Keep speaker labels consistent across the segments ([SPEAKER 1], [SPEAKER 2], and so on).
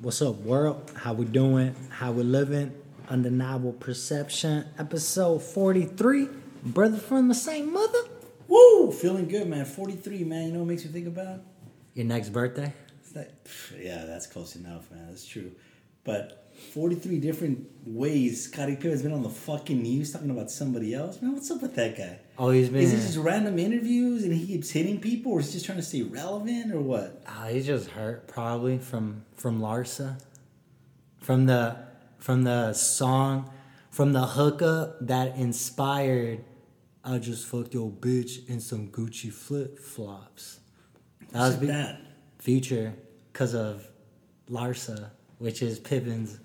[SPEAKER 1] What's up, world? How we doing? How we living? Undeniable perception, episode forty-three. Brother from the same mother.
[SPEAKER 2] Woo! Feeling good, man. 43, man. You know what makes me think about?
[SPEAKER 1] Your next birthday?
[SPEAKER 2] It's that, pff, yeah, that's close enough, man. That's true. But 43 different ways Scottie Pippen's been on the fucking news talking about somebody else. Man, what's up with that guy?
[SPEAKER 1] Oh, he's been.
[SPEAKER 2] Is it just random interviews and he keeps hitting people or is he just trying to stay relevant or what?
[SPEAKER 1] Ah, he's just hurt probably from from Larsa, from the from the song, from the hookup that inspired. I just fucked your bitch in some Gucci flip flops. That was
[SPEAKER 2] What's
[SPEAKER 1] be-
[SPEAKER 2] that?
[SPEAKER 1] Future because of Larsa, which is Pippin's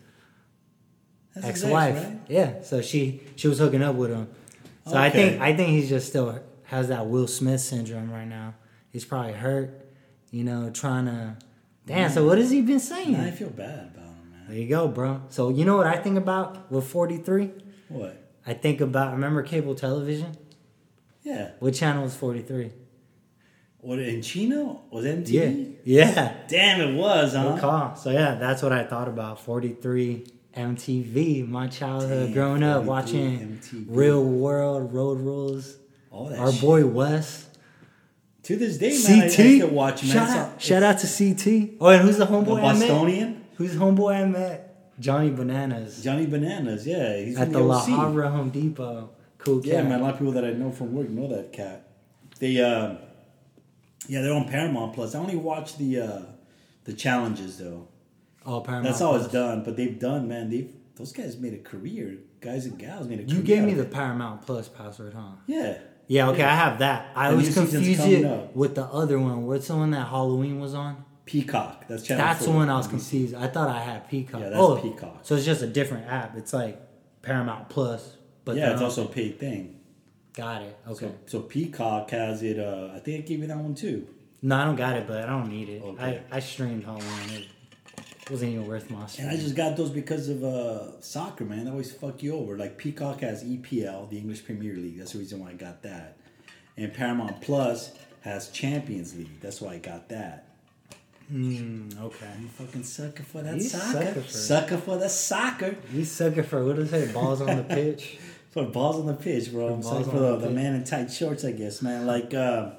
[SPEAKER 2] That's his
[SPEAKER 1] ex-wife.
[SPEAKER 2] right?
[SPEAKER 1] Yeah, so she she was hooking up with him. So I think
[SPEAKER 2] Okay.
[SPEAKER 1] I think he's just still has that Will Smith syndrome right now. He's probably hurt, you know, trying to. Damn. So what has he been saying?
[SPEAKER 2] Man, I feel bad about him, man.
[SPEAKER 1] There you go, bro. So you know what I think about with forty three?
[SPEAKER 2] What?
[SPEAKER 1] I think about remember cable television.
[SPEAKER 2] Yeah.
[SPEAKER 1] What channel was forty three?
[SPEAKER 2] What, in Chino? Was that
[SPEAKER 1] Yeah,
[SPEAKER 2] MTV?
[SPEAKER 1] yeah.
[SPEAKER 2] Damn, it was,
[SPEAKER 1] Good
[SPEAKER 2] huh?
[SPEAKER 1] call. So yeah, that's what I thought about. Forty three MTV, my childhood
[SPEAKER 2] Damn,
[SPEAKER 1] growing up
[SPEAKER 2] 43
[SPEAKER 1] watching
[SPEAKER 2] MTV.
[SPEAKER 1] Real World, Road Rules,
[SPEAKER 2] All that
[SPEAKER 1] our
[SPEAKER 2] shit.
[SPEAKER 1] boy Wes,
[SPEAKER 2] To this day, man, I, I
[SPEAKER 1] CT.
[SPEAKER 2] still watch him.
[SPEAKER 1] shout
[SPEAKER 2] It's
[SPEAKER 1] out,
[SPEAKER 2] all-
[SPEAKER 1] shout out to CT. Oh, and who's the
[SPEAKER 2] The
[SPEAKER 1] homeboy I met?
[SPEAKER 2] Bostonian?
[SPEAKER 1] Who's the homeboy I met? Johnny Bananas
[SPEAKER 2] Johnny Bananas, yeah. He's
[SPEAKER 1] at
[SPEAKER 2] from
[SPEAKER 1] the
[SPEAKER 2] the
[SPEAKER 1] La
[SPEAKER 2] OC.
[SPEAKER 1] Habra Home Depot. Cool cat.
[SPEAKER 2] Yeah, man, a lot of people that I know from work know that cat. They, uh, yeah, they're on Paramount Plus. I only watch the uh, the challenges though.
[SPEAKER 1] Oh, Paramount.
[SPEAKER 2] That's all it's
[SPEAKER 1] Plus.
[SPEAKER 2] done. But they've done, man. They have those guys made a career. Guys and gals made a career.
[SPEAKER 1] You gave me
[SPEAKER 2] out
[SPEAKER 1] the
[SPEAKER 2] of it.
[SPEAKER 1] Paramount Plus password, huh?
[SPEAKER 2] yeah.
[SPEAKER 1] Yeah, okay, I have that. I
[SPEAKER 2] The
[SPEAKER 1] always
[SPEAKER 2] new season's
[SPEAKER 1] confuse
[SPEAKER 2] coming
[SPEAKER 1] it
[SPEAKER 2] up.
[SPEAKER 1] with the other one. What's the one that Halloween was on?
[SPEAKER 2] Peacock. That's channel.
[SPEAKER 1] That's the
[SPEAKER 2] four.
[SPEAKER 1] one I was confused. I thought I had Peacock.
[SPEAKER 2] Yeah, that's
[SPEAKER 1] oh,
[SPEAKER 2] Peacock.
[SPEAKER 1] So it's just a different app. It's like Paramount Plus, but
[SPEAKER 2] Yeah,
[SPEAKER 1] then
[SPEAKER 2] it's
[SPEAKER 1] I-
[SPEAKER 2] also a paid thing.
[SPEAKER 1] got it. Okay.
[SPEAKER 2] So, so Peacock has it. Uh, I think I gave you that one too.
[SPEAKER 1] no, I don't got it, but I don't need it.
[SPEAKER 2] Okay.
[SPEAKER 1] I, I streamed Halloween. It wasn't even worth my stream.
[SPEAKER 2] And I just got those because of uh, soccer, man. They always fuck you over. Like Peacock has EPL, the English Premier League. That's the reason why I got that. And Paramount Plus has Champions League. That's why I got that.
[SPEAKER 1] Mm, okay.
[SPEAKER 2] You fucking sucker for that
[SPEAKER 1] You
[SPEAKER 2] soccer.
[SPEAKER 1] sucker
[SPEAKER 2] Sucker
[SPEAKER 1] for-
[SPEAKER 2] for, the soccer.
[SPEAKER 1] You sucker for what does it say? Balls on the pitch.
[SPEAKER 2] For balls on the pitch, bro. I'm
[SPEAKER 1] balls
[SPEAKER 2] sorry for
[SPEAKER 1] on
[SPEAKER 2] the,
[SPEAKER 1] the
[SPEAKER 2] the
[SPEAKER 1] pitch.
[SPEAKER 2] man in tight shorts, I guess, man. Like, uh,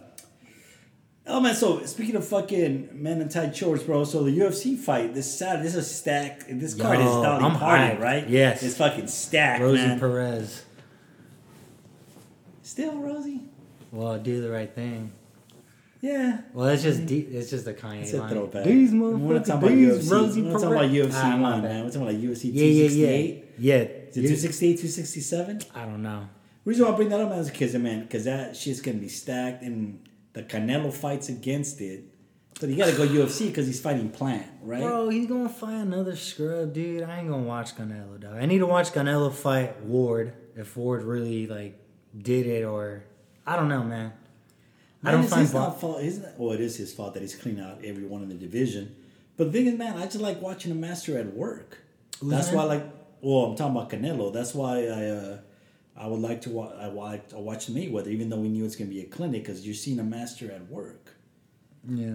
[SPEAKER 2] oh man. So speaking of fucking man in tight shorts, bro. So the UFC fight this Saturday. This is stacked. and This card is
[SPEAKER 1] Yo,
[SPEAKER 2] Dolly
[SPEAKER 1] I'm
[SPEAKER 2] Parton,
[SPEAKER 1] hyped.
[SPEAKER 2] right?
[SPEAKER 1] Yes.
[SPEAKER 2] It's fucking stacked,
[SPEAKER 1] Rosie
[SPEAKER 2] man.
[SPEAKER 1] Perez.
[SPEAKER 2] Still Rosie.
[SPEAKER 1] Well, do the right thing.
[SPEAKER 2] Yeah.
[SPEAKER 1] Well, it's just deep. It's just the Kanye
[SPEAKER 2] It's a
[SPEAKER 1] line.
[SPEAKER 2] throwback.
[SPEAKER 1] These
[SPEAKER 2] We're not
[SPEAKER 1] motherfuckers.
[SPEAKER 2] talking about
[SPEAKER 1] These
[SPEAKER 2] UFC.
[SPEAKER 1] Rosie Perez.
[SPEAKER 2] We're not talking about UFC
[SPEAKER 1] Ah, my
[SPEAKER 2] one,
[SPEAKER 1] bad.
[SPEAKER 2] man. We're talking about UFC
[SPEAKER 1] Yeah,
[SPEAKER 2] two
[SPEAKER 1] yeah,
[SPEAKER 2] sixty
[SPEAKER 1] yeah.
[SPEAKER 2] eight.
[SPEAKER 1] Yeah.
[SPEAKER 2] Is it two sixty eight, two sixty seven?
[SPEAKER 1] I don't know.
[SPEAKER 2] Reason why I bring that up as a kid, man, because that shit's gonna be stacked, and the Canelo fights against it. So you gotta go UFC because he's fighting Plant, right?
[SPEAKER 1] Bro, he's gonna fight another scrub, dude. I ain't gonna watch Canelo, though. I need to watch Canelo fight Ward if Ward really like did it, or I don't know, man. I
[SPEAKER 2] Man,
[SPEAKER 1] don't
[SPEAKER 2] it's
[SPEAKER 1] find
[SPEAKER 2] his
[SPEAKER 1] Bo-
[SPEAKER 2] not fault. Isn't well, it is his fault that he's cleaning out everyone in the division. But the thing is, man, I just like watching a master at work.
[SPEAKER 1] Who's
[SPEAKER 2] That's
[SPEAKER 1] that?
[SPEAKER 2] why, I like, well, I'm talking about Canelo. That's why I, uh, I would like to watch. I watched, I watched Mayweather, even though we knew it's gonna be a clinic, because you're seeing a master at work.
[SPEAKER 1] yeah.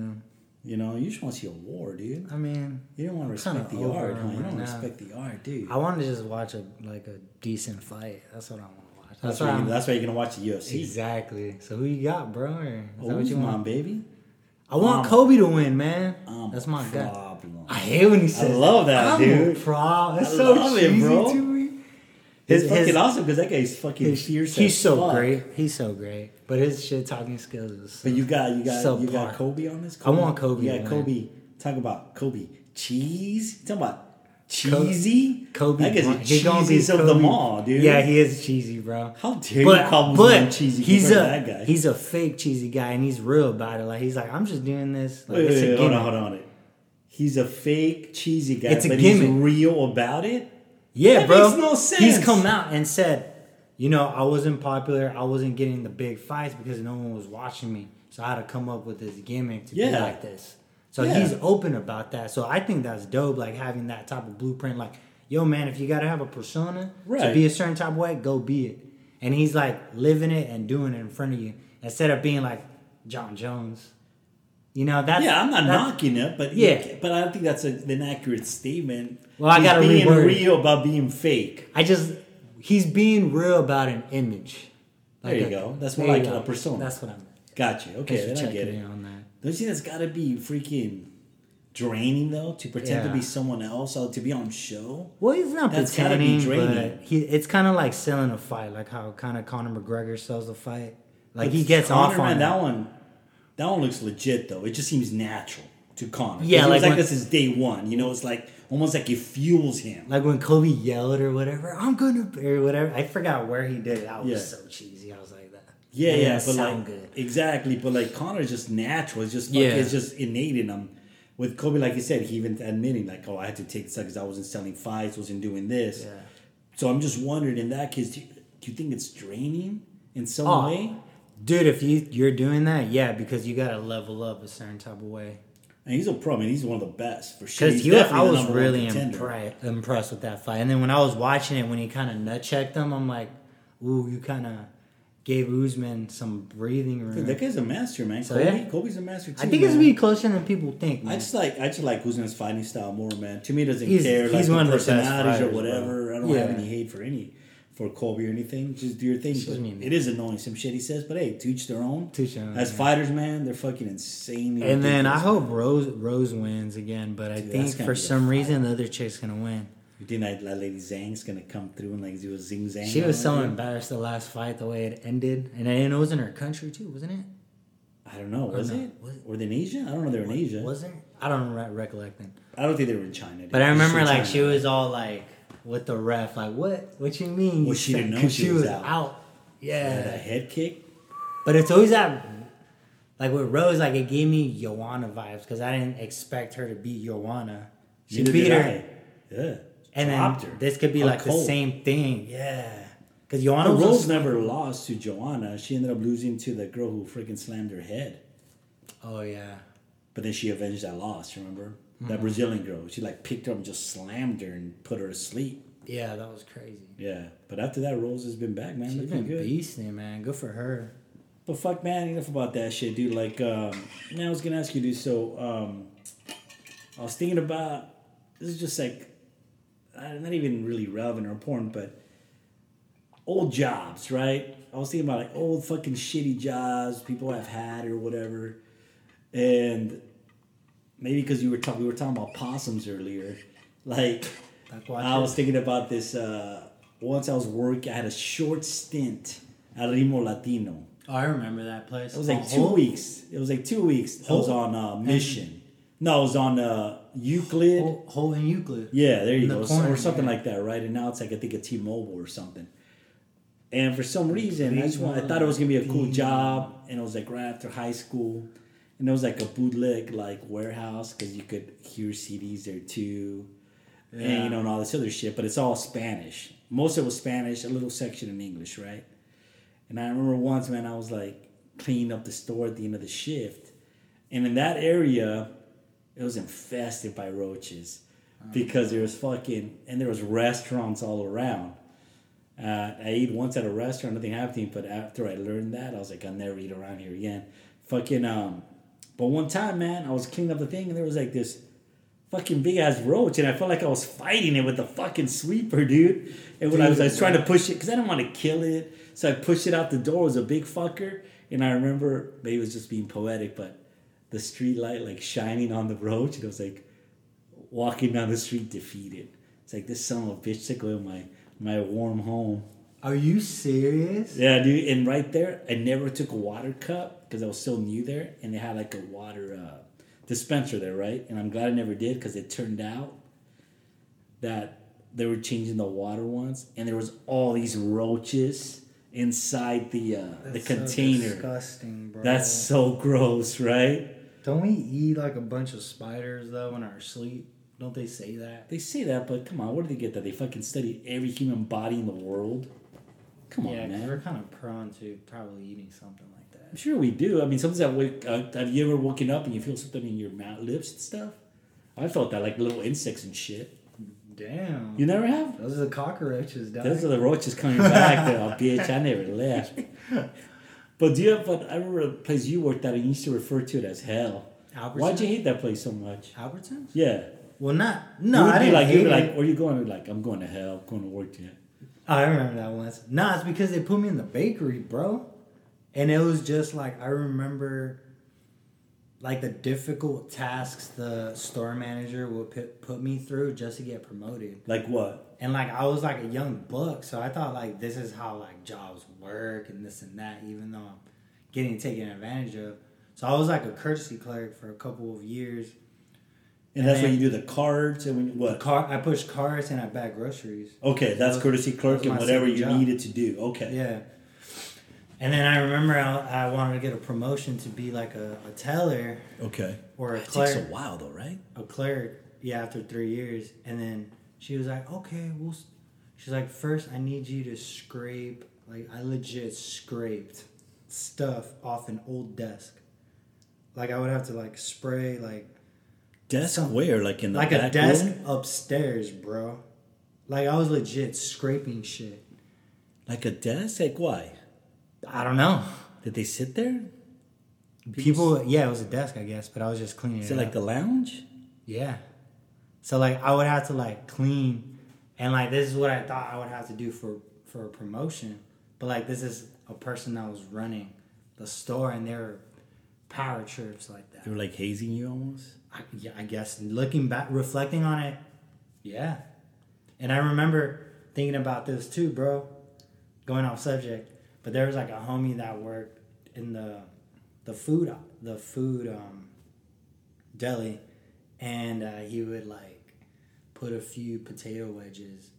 [SPEAKER 2] You know, you just want to see a war, dude.
[SPEAKER 1] I mean,
[SPEAKER 2] You don't want to
[SPEAKER 1] kinda
[SPEAKER 2] respect the
[SPEAKER 1] over
[SPEAKER 2] art,
[SPEAKER 1] him
[SPEAKER 2] huh? You
[SPEAKER 1] right
[SPEAKER 2] don't
[SPEAKER 1] now.
[SPEAKER 2] respect the art, dude.
[SPEAKER 1] I want to just watch a like a decent fight. That's what I want to watch. That's,
[SPEAKER 2] That's,
[SPEAKER 1] what
[SPEAKER 2] why
[SPEAKER 1] I'm.
[SPEAKER 2] you, that's why you're gonna watch the UFC.
[SPEAKER 1] exactly. So who you got, bro? Or is that
[SPEAKER 2] Oh,
[SPEAKER 1] what you
[SPEAKER 2] come
[SPEAKER 1] want?
[SPEAKER 2] on, baby.
[SPEAKER 1] I want
[SPEAKER 2] I'm-
[SPEAKER 1] Kobe to win, man.
[SPEAKER 2] I'm
[SPEAKER 1] That's my
[SPEAKER 2] a
[SPEAKER 1] guy.
[SPEAKER 2] problem.
[SPEAKER 1] I hate when he says.
[SPEAKER 2] love that,
[SPEAKER 1] I'm a
[SPEAKER 2] dude.
[SPEAKER 1] Pro. That's
[SPEAKER 2] I
[SPEAKER 1] so
[SPEAKER 2] love it,
[SPEAKER 1] cheesy
[SPEAKER 2] bro.
[SPEAKER 1] to me.
[SPEAKER 2] It's
[SPEAKER 1] His-
[SPEAKER 2] fucking
[SPEAKER 1] his-
[SPEAKER 2] awesome because that guy's fucking
[SPEAKER 1] He's,
[SPEAKER 2] fierce.
[SPEAKER 1] he's
[SPEAKER 2] as
[SPEAKER 1] so
[SPEAKER 2] fuck.
[SPEAKER 1] great. He's so great. But his shit talking skills is. So,
[SPEAKER 2] But you got you got
[SPEAKER 1] So
[SPEAKER 2] you got
[SPEAKER 1] par.
[SPEAKER 2] Kobe on this.
[SPEAKER 1] I want Kobe
[SPEAKER 2] Yeah,
[SPEAKER 1] to win.
[SPEAKER 2] Kobe. Talk about Kobe cheese. Talk about
[SPEAKER 1] Co-
[SPEAKER 2] cheesy.
[SPEAKER 1] Kobe.
[SPEAKER 2] That guy's the
[SPEAKER 1] Bryant. He gonna be
[SPEAKER 2] cheesiest of them
[SPEAKER 1] Kobe-
[SPEAKER 2] all, dude.
[SPEAKER 1] Yeah, he is cheesy, bro.
[SPEAKER 2] How dare you
[SPEAKER 1] But,
[SPEAKER 2] call
[SPEAKER 1] but
[SPEAKER 2] him cheesy?
[SPEAKER 1] he's a
[SPEAKER 2] compared to that guy.
[SPEAKER 1] he's a fake cheesy guy, and he's real about it. Like he's like, I'm just doing this. Like,
[SPEAKER 2] wait,
[SPEAKER 1] it's
[SPEAKER 2] wait,
[SPEAKER 1] a
[SPEAKER 2] wait, hold
[SPEAKER 1] gimmick.
[SPEAKER 2] on, hold on, hold on. He's a fake cheesy guy,
[SPEAKER 1] It's a
[SPEAKER 2] but he's
[SPEAKER 1] gimmick.
[SPEAKER 2] real about it.
[SPEAKER 1] Yeah,
[SPEAKER 2] That
[SPEAKER 1] bro.
[SPEAKER 2] makes no
[SPEAKER 1] He's
[SPEAKER 2] sense.
[SPEAKER 1] come out and said, you know, I wasn't popular. I wasn't getting the big fights because no one was watching me. So I had to come up with this gimmick to be
[SPEAKER 2] Yeah.
[SPEAKER 1] like this. So
[SPEAKER 2] Yeah.
[SPEAKER 1] he's open about that. So I think that's dope, like having that type of blueprint. Like, yo, man, if you got to have a persona to
[SPEAKER 2] Right.
[SPEAKER 1] be a certain type of way, go be it. And he's like living it and doing it in front of you instead of being like John Jones. You know, that's
[SPEAKER 2] Yeah, I'm not
[SPEAKER 1] that's-
[SPEAKER 2] knocking it, but
[SPEAKER 1] Yeah.
[SPEAKER 2] but I don't think that's a, an accurate statement.
[SPEAKER 1] Well, I
[SPEAKER 2] She's
[SPEAKER 1] gotta
[SPEAKER 2] being
[SPEAKER 1] reword.
[SPEAKER 2] real about being fake.
[SPEAKER 1] I just he's being real about an image.
[SPEAKER 2] There you go. That's more
[SPEAKER 1] there you
[SPEAKER 2] like
[SPEAKER 1] go.
[SPEAKER 2] a persona.
[SPEAKER 1] That's what I'm.
[SPEAKER 2] Gotcha. Okay,
[SPEAKER 1] Thanks
[SPEAKER 2] then
[SPEAKER 1] for
[SPEAKER 2] I get
[SPEAKER 1] checking
[SPEAKER 2] it.
[SPEAKER 1] in on that.
[SPEAKER 2] Don't you think that's got to be freaking draining though to pretend to
[SPEAKER 1] Yeah.
[SPEAKER 2] be someone else or to be on show?
[SPEAKER 1] Well, he's not
[SPEAKER 2] That's gotta be
[SPEAKER 1] pretending,
[SPEAKER 2] draining.
[SPEAKER 1] but he, it's kind of like selling a fight, like how kind of Conor McGregor sells a fight. Like
[SPEAKER 2] But
[SPEAKER 1] he gets
[SPEAKER 2] Conor,
[SPEAKER 1] off on
[SPEAKER 2] man,
[SPEAKER 1] that.
[SPEAKER 2] that one. That one looks legit though. It just seems natural to Connor.
[SPEAKER 1] Yeah,
[SPEAKER 2] Yeah,
[SPEAKER 1] like
[SPEAKER 2] like, like
[SPEAKER 1] when-
[SPEAKER 2] this is day one. You know, it's like almost like it fuels him.
[SPEAKER 1] Like when Kobe yelled or whatever, I'm gonna or whatever. I forgot where he did it. That was
[SPEAKER 2] Yeah.
[SPEAKER 1] so cheesy. I was like that.
[SPEAKER 2] Yeah,
[SPEAKER 1] that
[SPEAKER 2] yeah,
[SPEAKER 1] didn't
[SPEAKER 2] but
[SPEAKER 1] sound
[SPEAKER 2] like exactly, but like Connor's just natural. It's just fuck,
[SPEAKER 1] Yeah.
[SPEAKER 2] it's just innate in him. With Kobe, like you said, he even admitting like, oh, I had to take this because I wasn't selling fights, wasn't doing this.
[SPEAKER 1] Yeah.
[SPEAKER 2] So I'm just wondering, in that case, do you, do you think it's draining in some
[SPEAKER 1] Oh.
[SPEAKER 2] way?
[SPEAKER 1] Dude, if you you're doing that, yeah, because you gotta level up a certain type of way.
[SPEAKER 2] And he's a pro. I mean, he's one of the best for sure.
[SPEAKER 1] Because
[SPEAKER 2] He's
[SPEAKER 1] he, was- I
[SPEAKER 2] definitely the
[SPEAKER 1] was
[SPEAKER 2] number one
[SPEAKER 1] really
[SPEAKER 2] contender.
[SPEAKER 1] impre- impressed with that fight. And then when I was watching it, when he kind of nut checked him, I'm like, ooh, you kind of gave Usman some breathing room.
[SPEAKER 2] Dude, that guy's a master, man.
[SPEAKER 1] So,
[SPEAKER 2] Kobe,
[SPEAKER 1] yeah.
[SPEAKER 2] Kobe's a master too.
[SPEAKER 1] I think it's
[SPEAKER 2] man.
[SPEAKER 1] gonna be closer than people think.
[SPEAKER 2] I
[SPEAKER 1] man.
[SPEAKER 2] just like I just like Usman's fighting style more, man. To me, it doesn't
[SPEAKER 1] He's-
[SPEAKER 2] care like
[SPEAKER 1] he's
[SPEAKER 2] the
[SPEAKER 1] one of the best
[SPEAKER 2] personalities
[SPEAKER 1] fighters,
[SPEAKER 2] or
[SPEAKER 1] bro.
[SPEAKER 2] whatever. I don't have
[SPEAKER 1] Yeah.
[SPEAKER 2] any hate for any for Colby or anything. Just do your thing.
[SPEAKER 1] Excuse
[SPEAKER 2] But
[SPEAKER 1] me, man.
[SPEAKER 2] it is annoying some shit he says, but hey, to each their own.
[SPEAKER 1] To each their own,
[SPEAKER 2] As
[SPEAKER 1] yeah.
[SPEAKER 2] fighters, man, they're fucking insanely.
[SPEAKER 1] and then I
[SPEAKER 2] ridiculous.
[SPEAKER 1] hope Rose Rose wins again, but I
[SPEAKER 2] Dude, that's
[SPEAKER 1] think
[SPEAKER 2] gonna
[SPEAKER 1] for
[SPEAKER 2] be a
[SPEAKER 1] some
[SPEAKER 2] fight.
[SPEAKER 1] reason the other chick's gonna win.
[SPEAKER 2] you think that, that lady Zhang's gonna come through and like do a zing zang.
[SPEAKER 1] She was so
[SPEAKER 2] on it?
[SPEAKER 1] embarrassed the last fight, the way it ended, and it was in her country too, wasn't it?
[SPEAKER 2] I don't know. Was
[SPEAKER 1] no.
[SPEAKER 2] it?
[SPEAKER 1] Was-
[SPEAKER 2] Were they in Asia? I don't know. They were in Asia.
[SPEAKER 1] Wasn't? it? I don't re- recollect it.
[SPEAKER 2] I don't think they were in China. dude.
[SPEAKER 1] But I
[SPEAKER 2] They
[SPEAKER 1] remember
[SPEAKER 2] should
[SPEAKER 1] like
[SPEAKER 2] China.
[SPEAKER 1] she was all like with the ref, like what? What you mean?
[SPEAKER 2] Well,
[SPEAKER 1] you
[SPEAKER 2] she didn't
[SPEAKER 1] said-"
[SPEAKER 2] know
[SPEAKER 1] 'cause
[SPEAKER 2] she was out.
[SPEAKER 1] Yeah.
[SPEAKER 2] Had a head kick.
[SPEAKER 1] but it's always that. Like with Rose, like it gave me Joanna vibes because I didn't expect her to beat Joanna. She
[SPEAKER 2] Neither
[SPEAKER 1] beat
[SPEAKER 2] did
[SPEAKER 1] her,
[SPEAKER 2] I. Yeah.
[SPEAKER 1] and then
[SPEAKER 2] Dropped her.
[SPEAKER 1] this could be
[SPEAKER 2] Hard
[SPEAKER 1] like the
[SPEAKER 2] cold.
[SPEAKER 1] same thing. Yeah, because Joanna
[SPEAKER 2] Anna
[SPEAKER 1] was a
[SPEAKER 2] Rose
[SPEAKER 1] s-
[SPEAKER 2] never lost to Joanna. She ended up losing to the girl who freaking slammed her head.
[SPEAKER 1] Oh yeah,
[SPEAKER 2] But then she avenged that loss, remember?
[SPEAKER 1] Mm-hmm.
[SPEAKER 2] That Brazilian girl. She like picked her up and just slammed her and put her to sleep.
[SPEAKER 1] yeah, that was crazy.
[SPEAKER 2] Yeah. But after that, Rose has been back, man.
[SPEAKER 1] She's
[SPEAKER 2] looking
[SPEAKER 1] been
[SPEAKER 2] good.
[SPEAKER 1] beasting, man. Good for her.
[SPEAKER 2] But fuck, man, enough about that shit, dude. Like, um, man, I was gonna ask you, dude. So, um, I was thinking about this is just like uh, not even really relevant or important, but old jobs, right? I was thinking about like old fucking shitty jobs people have had or whatever, and maybe because you were talking, we were talking about possums earlier, like.
[SPEAKER 1] Like
[SPEAKER 2] I was
[SPEAKER 1] watch
[SPEAKER 2] thinking about this uh, once I was working. I had a short stint at Rimo Latino.
[SPEAKER 1] oh, I remember that place.
[SPEAKER 2] It was like
[SPEAKER 1] Oh,
[SPEAKER 2] two weeks. It was like two weeks. I was
[SPEAKER 1] Hole?
[SPEAKER 2] on uh, mission. No, I was on uh, Euclid.
[SPEAKER 1] Hole, hole in Euclid.
[SPEAKER 2] Yeah, there you
[SPEAKER 1] Oh, In the
[SPEAKER 2] go.
[SPEAKER 1] corner,
[SPEAKER 2] or something
[SPEAKER 1] yeah.
[SPEAKER 2] like that, right? And now it's like I think a T-Mobile or something. And for some reason, I,
[SPEAKER 1] Please
[SPEAKER 2] just want, I
[SPEAKER 1] want
[SPEAKER 2] thought it was gonna be a cool
[SPEAKER 1] the-
[SPEAKER 2] job, and it was like right after high school, and it was like a bootleg like warehouse because you could hear CDs there too, and
[SPEAKER 1] Yeah.
[SPEAKER 2] you know and all this other shit. But it's all Spanish. Most of it was Spanish, a little section in English, right? And I remember once, man, I was like cleaning up the store at the end of the shift, and in that area, it was infested by roaches because there was fucking and there was restaurants all around. Uh, I ate once at a restaurant, nothing happened, to me, but after I learned that, I was like, I'll never eat around here again. Fucking um, but one time, man, I was cleaning up the thing and there was like this fucking big ass roach, and I felt like I was fighting it with the fucking sweeper, dude. And when I was, I was trying to push it because I didn't want to kill it, so I pushed it out the door. It was a big fucker, and I remember maybe it was just being poetic, but the street light like shining on the roach, and it was like walking down the street defeated. It's like this son of a bitch took away my my warm home.
[SPEAKER 1] Are you serious?
[SPEAKER 2] Yeah, dude. And right there, I never took a water cup because I was still new there, and they had like a water uh, dispenser there, right? And I'm glad I never did because it turned out that they were changing the water once, and there was all these roaches inside the uh, the
[SPEAKER 1] That's so
[SPEAKER 2] container.
[SPEAKER 1] disgusting, bro.
[SPEAKER 2] That's so gross, right?
[SPEAKER 1] Don't we eat like a bunch of spiders though in our sleep? Don't they say that?
[SPEAKER 2] They say that, but come on, where did they get that? They fucking studied every human body in the world. Come
[SPEAKER 1] yeah,
[SPEAKER 2] on,
[SPEAKER 1] 'cause
[SPEAKER 2] man.
[SPEAKER 1] we're kind of prone to probably eating something like
[SPEAKER 2] I'm
[SPEAKER 1] that.
[SPEAKER 2] sure we do. I mean, sometimes I wake. Uh, have you ever woken up and you feel something in your mouth, lips and stuff? I felt that, like little insects and shit.
[SPEAKER 1] Damn.
[SPEAKER 2] You never have.
[SPEAKER 1] Those are the cockroaches, dog.
[SPEAKER 2] Those are the roaches coming back. though, bitch. I never left. But do you have? But I remember a place you worked at, and you used to refer to it as hell.
[SPEAKER 1] Albertson.
[SPEAKER 2] Why'd you hate that place so much?
[SPEAKER 1] Albertson?
[SPEAKER 2] Yeah.
[SPEAKER 1] Well, not
[SPEAKER 2] You
[SPEAKER 1] no.
[SPEAKER 2] would
[SPEAKER 1] I
[SPEAKER 2] be
[SPEAKER 1] didn't
[SPEAKER 2] like,
[SPEAKER 1] hate
[SPEAKER 2] you'd be
[SPEAKER 1] it.
[SPEAKER 2] like, where you going? You're like, I'm going to hell, going to work tonight.
[SPEAKER 1] I remember that once. Nah, it's because they put me in the bakery, bro. And it was just like I remember like the difficult tasks the store manager would put, put me through just to get promoted.
[SPEAKER 2] Like what?
[SPEAKER 1] And like I was like a young buck, so I thought like this is how like jobs work and this and that, even though I'm getting taken advantage of. So I was like a courtesy clerk for a couple of years.
[SPEAKER 2] And, that's
[SPEAKER 1] then-
[SPEAKER 2] when you do the cards and when you, what?
[SPEAKER 1] Car I pushed carts and I bagged groceries.
[SPEAKER 2] Okay, that's
[SPEAKER 1] That was-
[SPEAKER 2] courtesy
[SPEAKER 1] that
[SPEAKER 2] clerk
[SPEAKER 1] was
[SPEAKER 2] and
[SPEAKER 1] my
[SPEAKER 2] whatever
[SPEAKER 1] second
[SPEAKER 2] you
[SPEAKER 1] job.
[SPEAKER 2] needed to do. Okay.
[SPEAKER 1] Yeah. And then I remember I, I wanted to get a promotion to be like a, a teller
[SPEAKER 2] Okay.
[SPEAKER 1] or a
[SPEAKER 2] It takes a
[SPEAKER 1] clerk.
[SPEAKER 2] while though, right?
[SPEAKER 1] A clerk, yeah, after three years. And then she was like, okay, we'll. s-" She's like, first, I need you to scrape. Like, I legit scraped stuff off an old desk. Like, I would have to, like, spray, like,
[SPEAKER 2] Desk
[SPEAKER 1] Some-
[SPEAKER 2] where? Like in the
[SPEAKER 1] like a
[SPEAKER 2] back
[SPEAKER 1] desk
[SPEAKER 2] room?
[SPEAKER 1] upstairs, bro. Like, I was legit scraping shit.
[SPEAKER 2] Like a desk? Like why?
[SPEAKER 1] I don't know.
[SPEAKER 2] Did they sit there?
[SPEAKER 1] People, yeah, it was a desk, I guess, but I was just cleaning
[SPEAKER 2] Is
[SPEAKER 1] it
[SPEAKER 2] it
[SPEAKER 1] up.
[SPEAKER 2] like the lounge?
[SPEAKER 1] Yeah. So like I would have to like clean and like this is what I thought I would have to do for for a promotion. But like this is a person that was running the store and they were power trips like
[SPEAKER 2] They
[SPEAKER 1] that.
[SPEAKER 2] were like hazing you almost.
[SPEAKER 1] I, yeah, I guess looking back reflecting on it, yeah. And I remember thinking about this too, bro. Going off subject, but there was like a homie that worked in the the food the food um deli, and uh, he would like put a few potato wedges,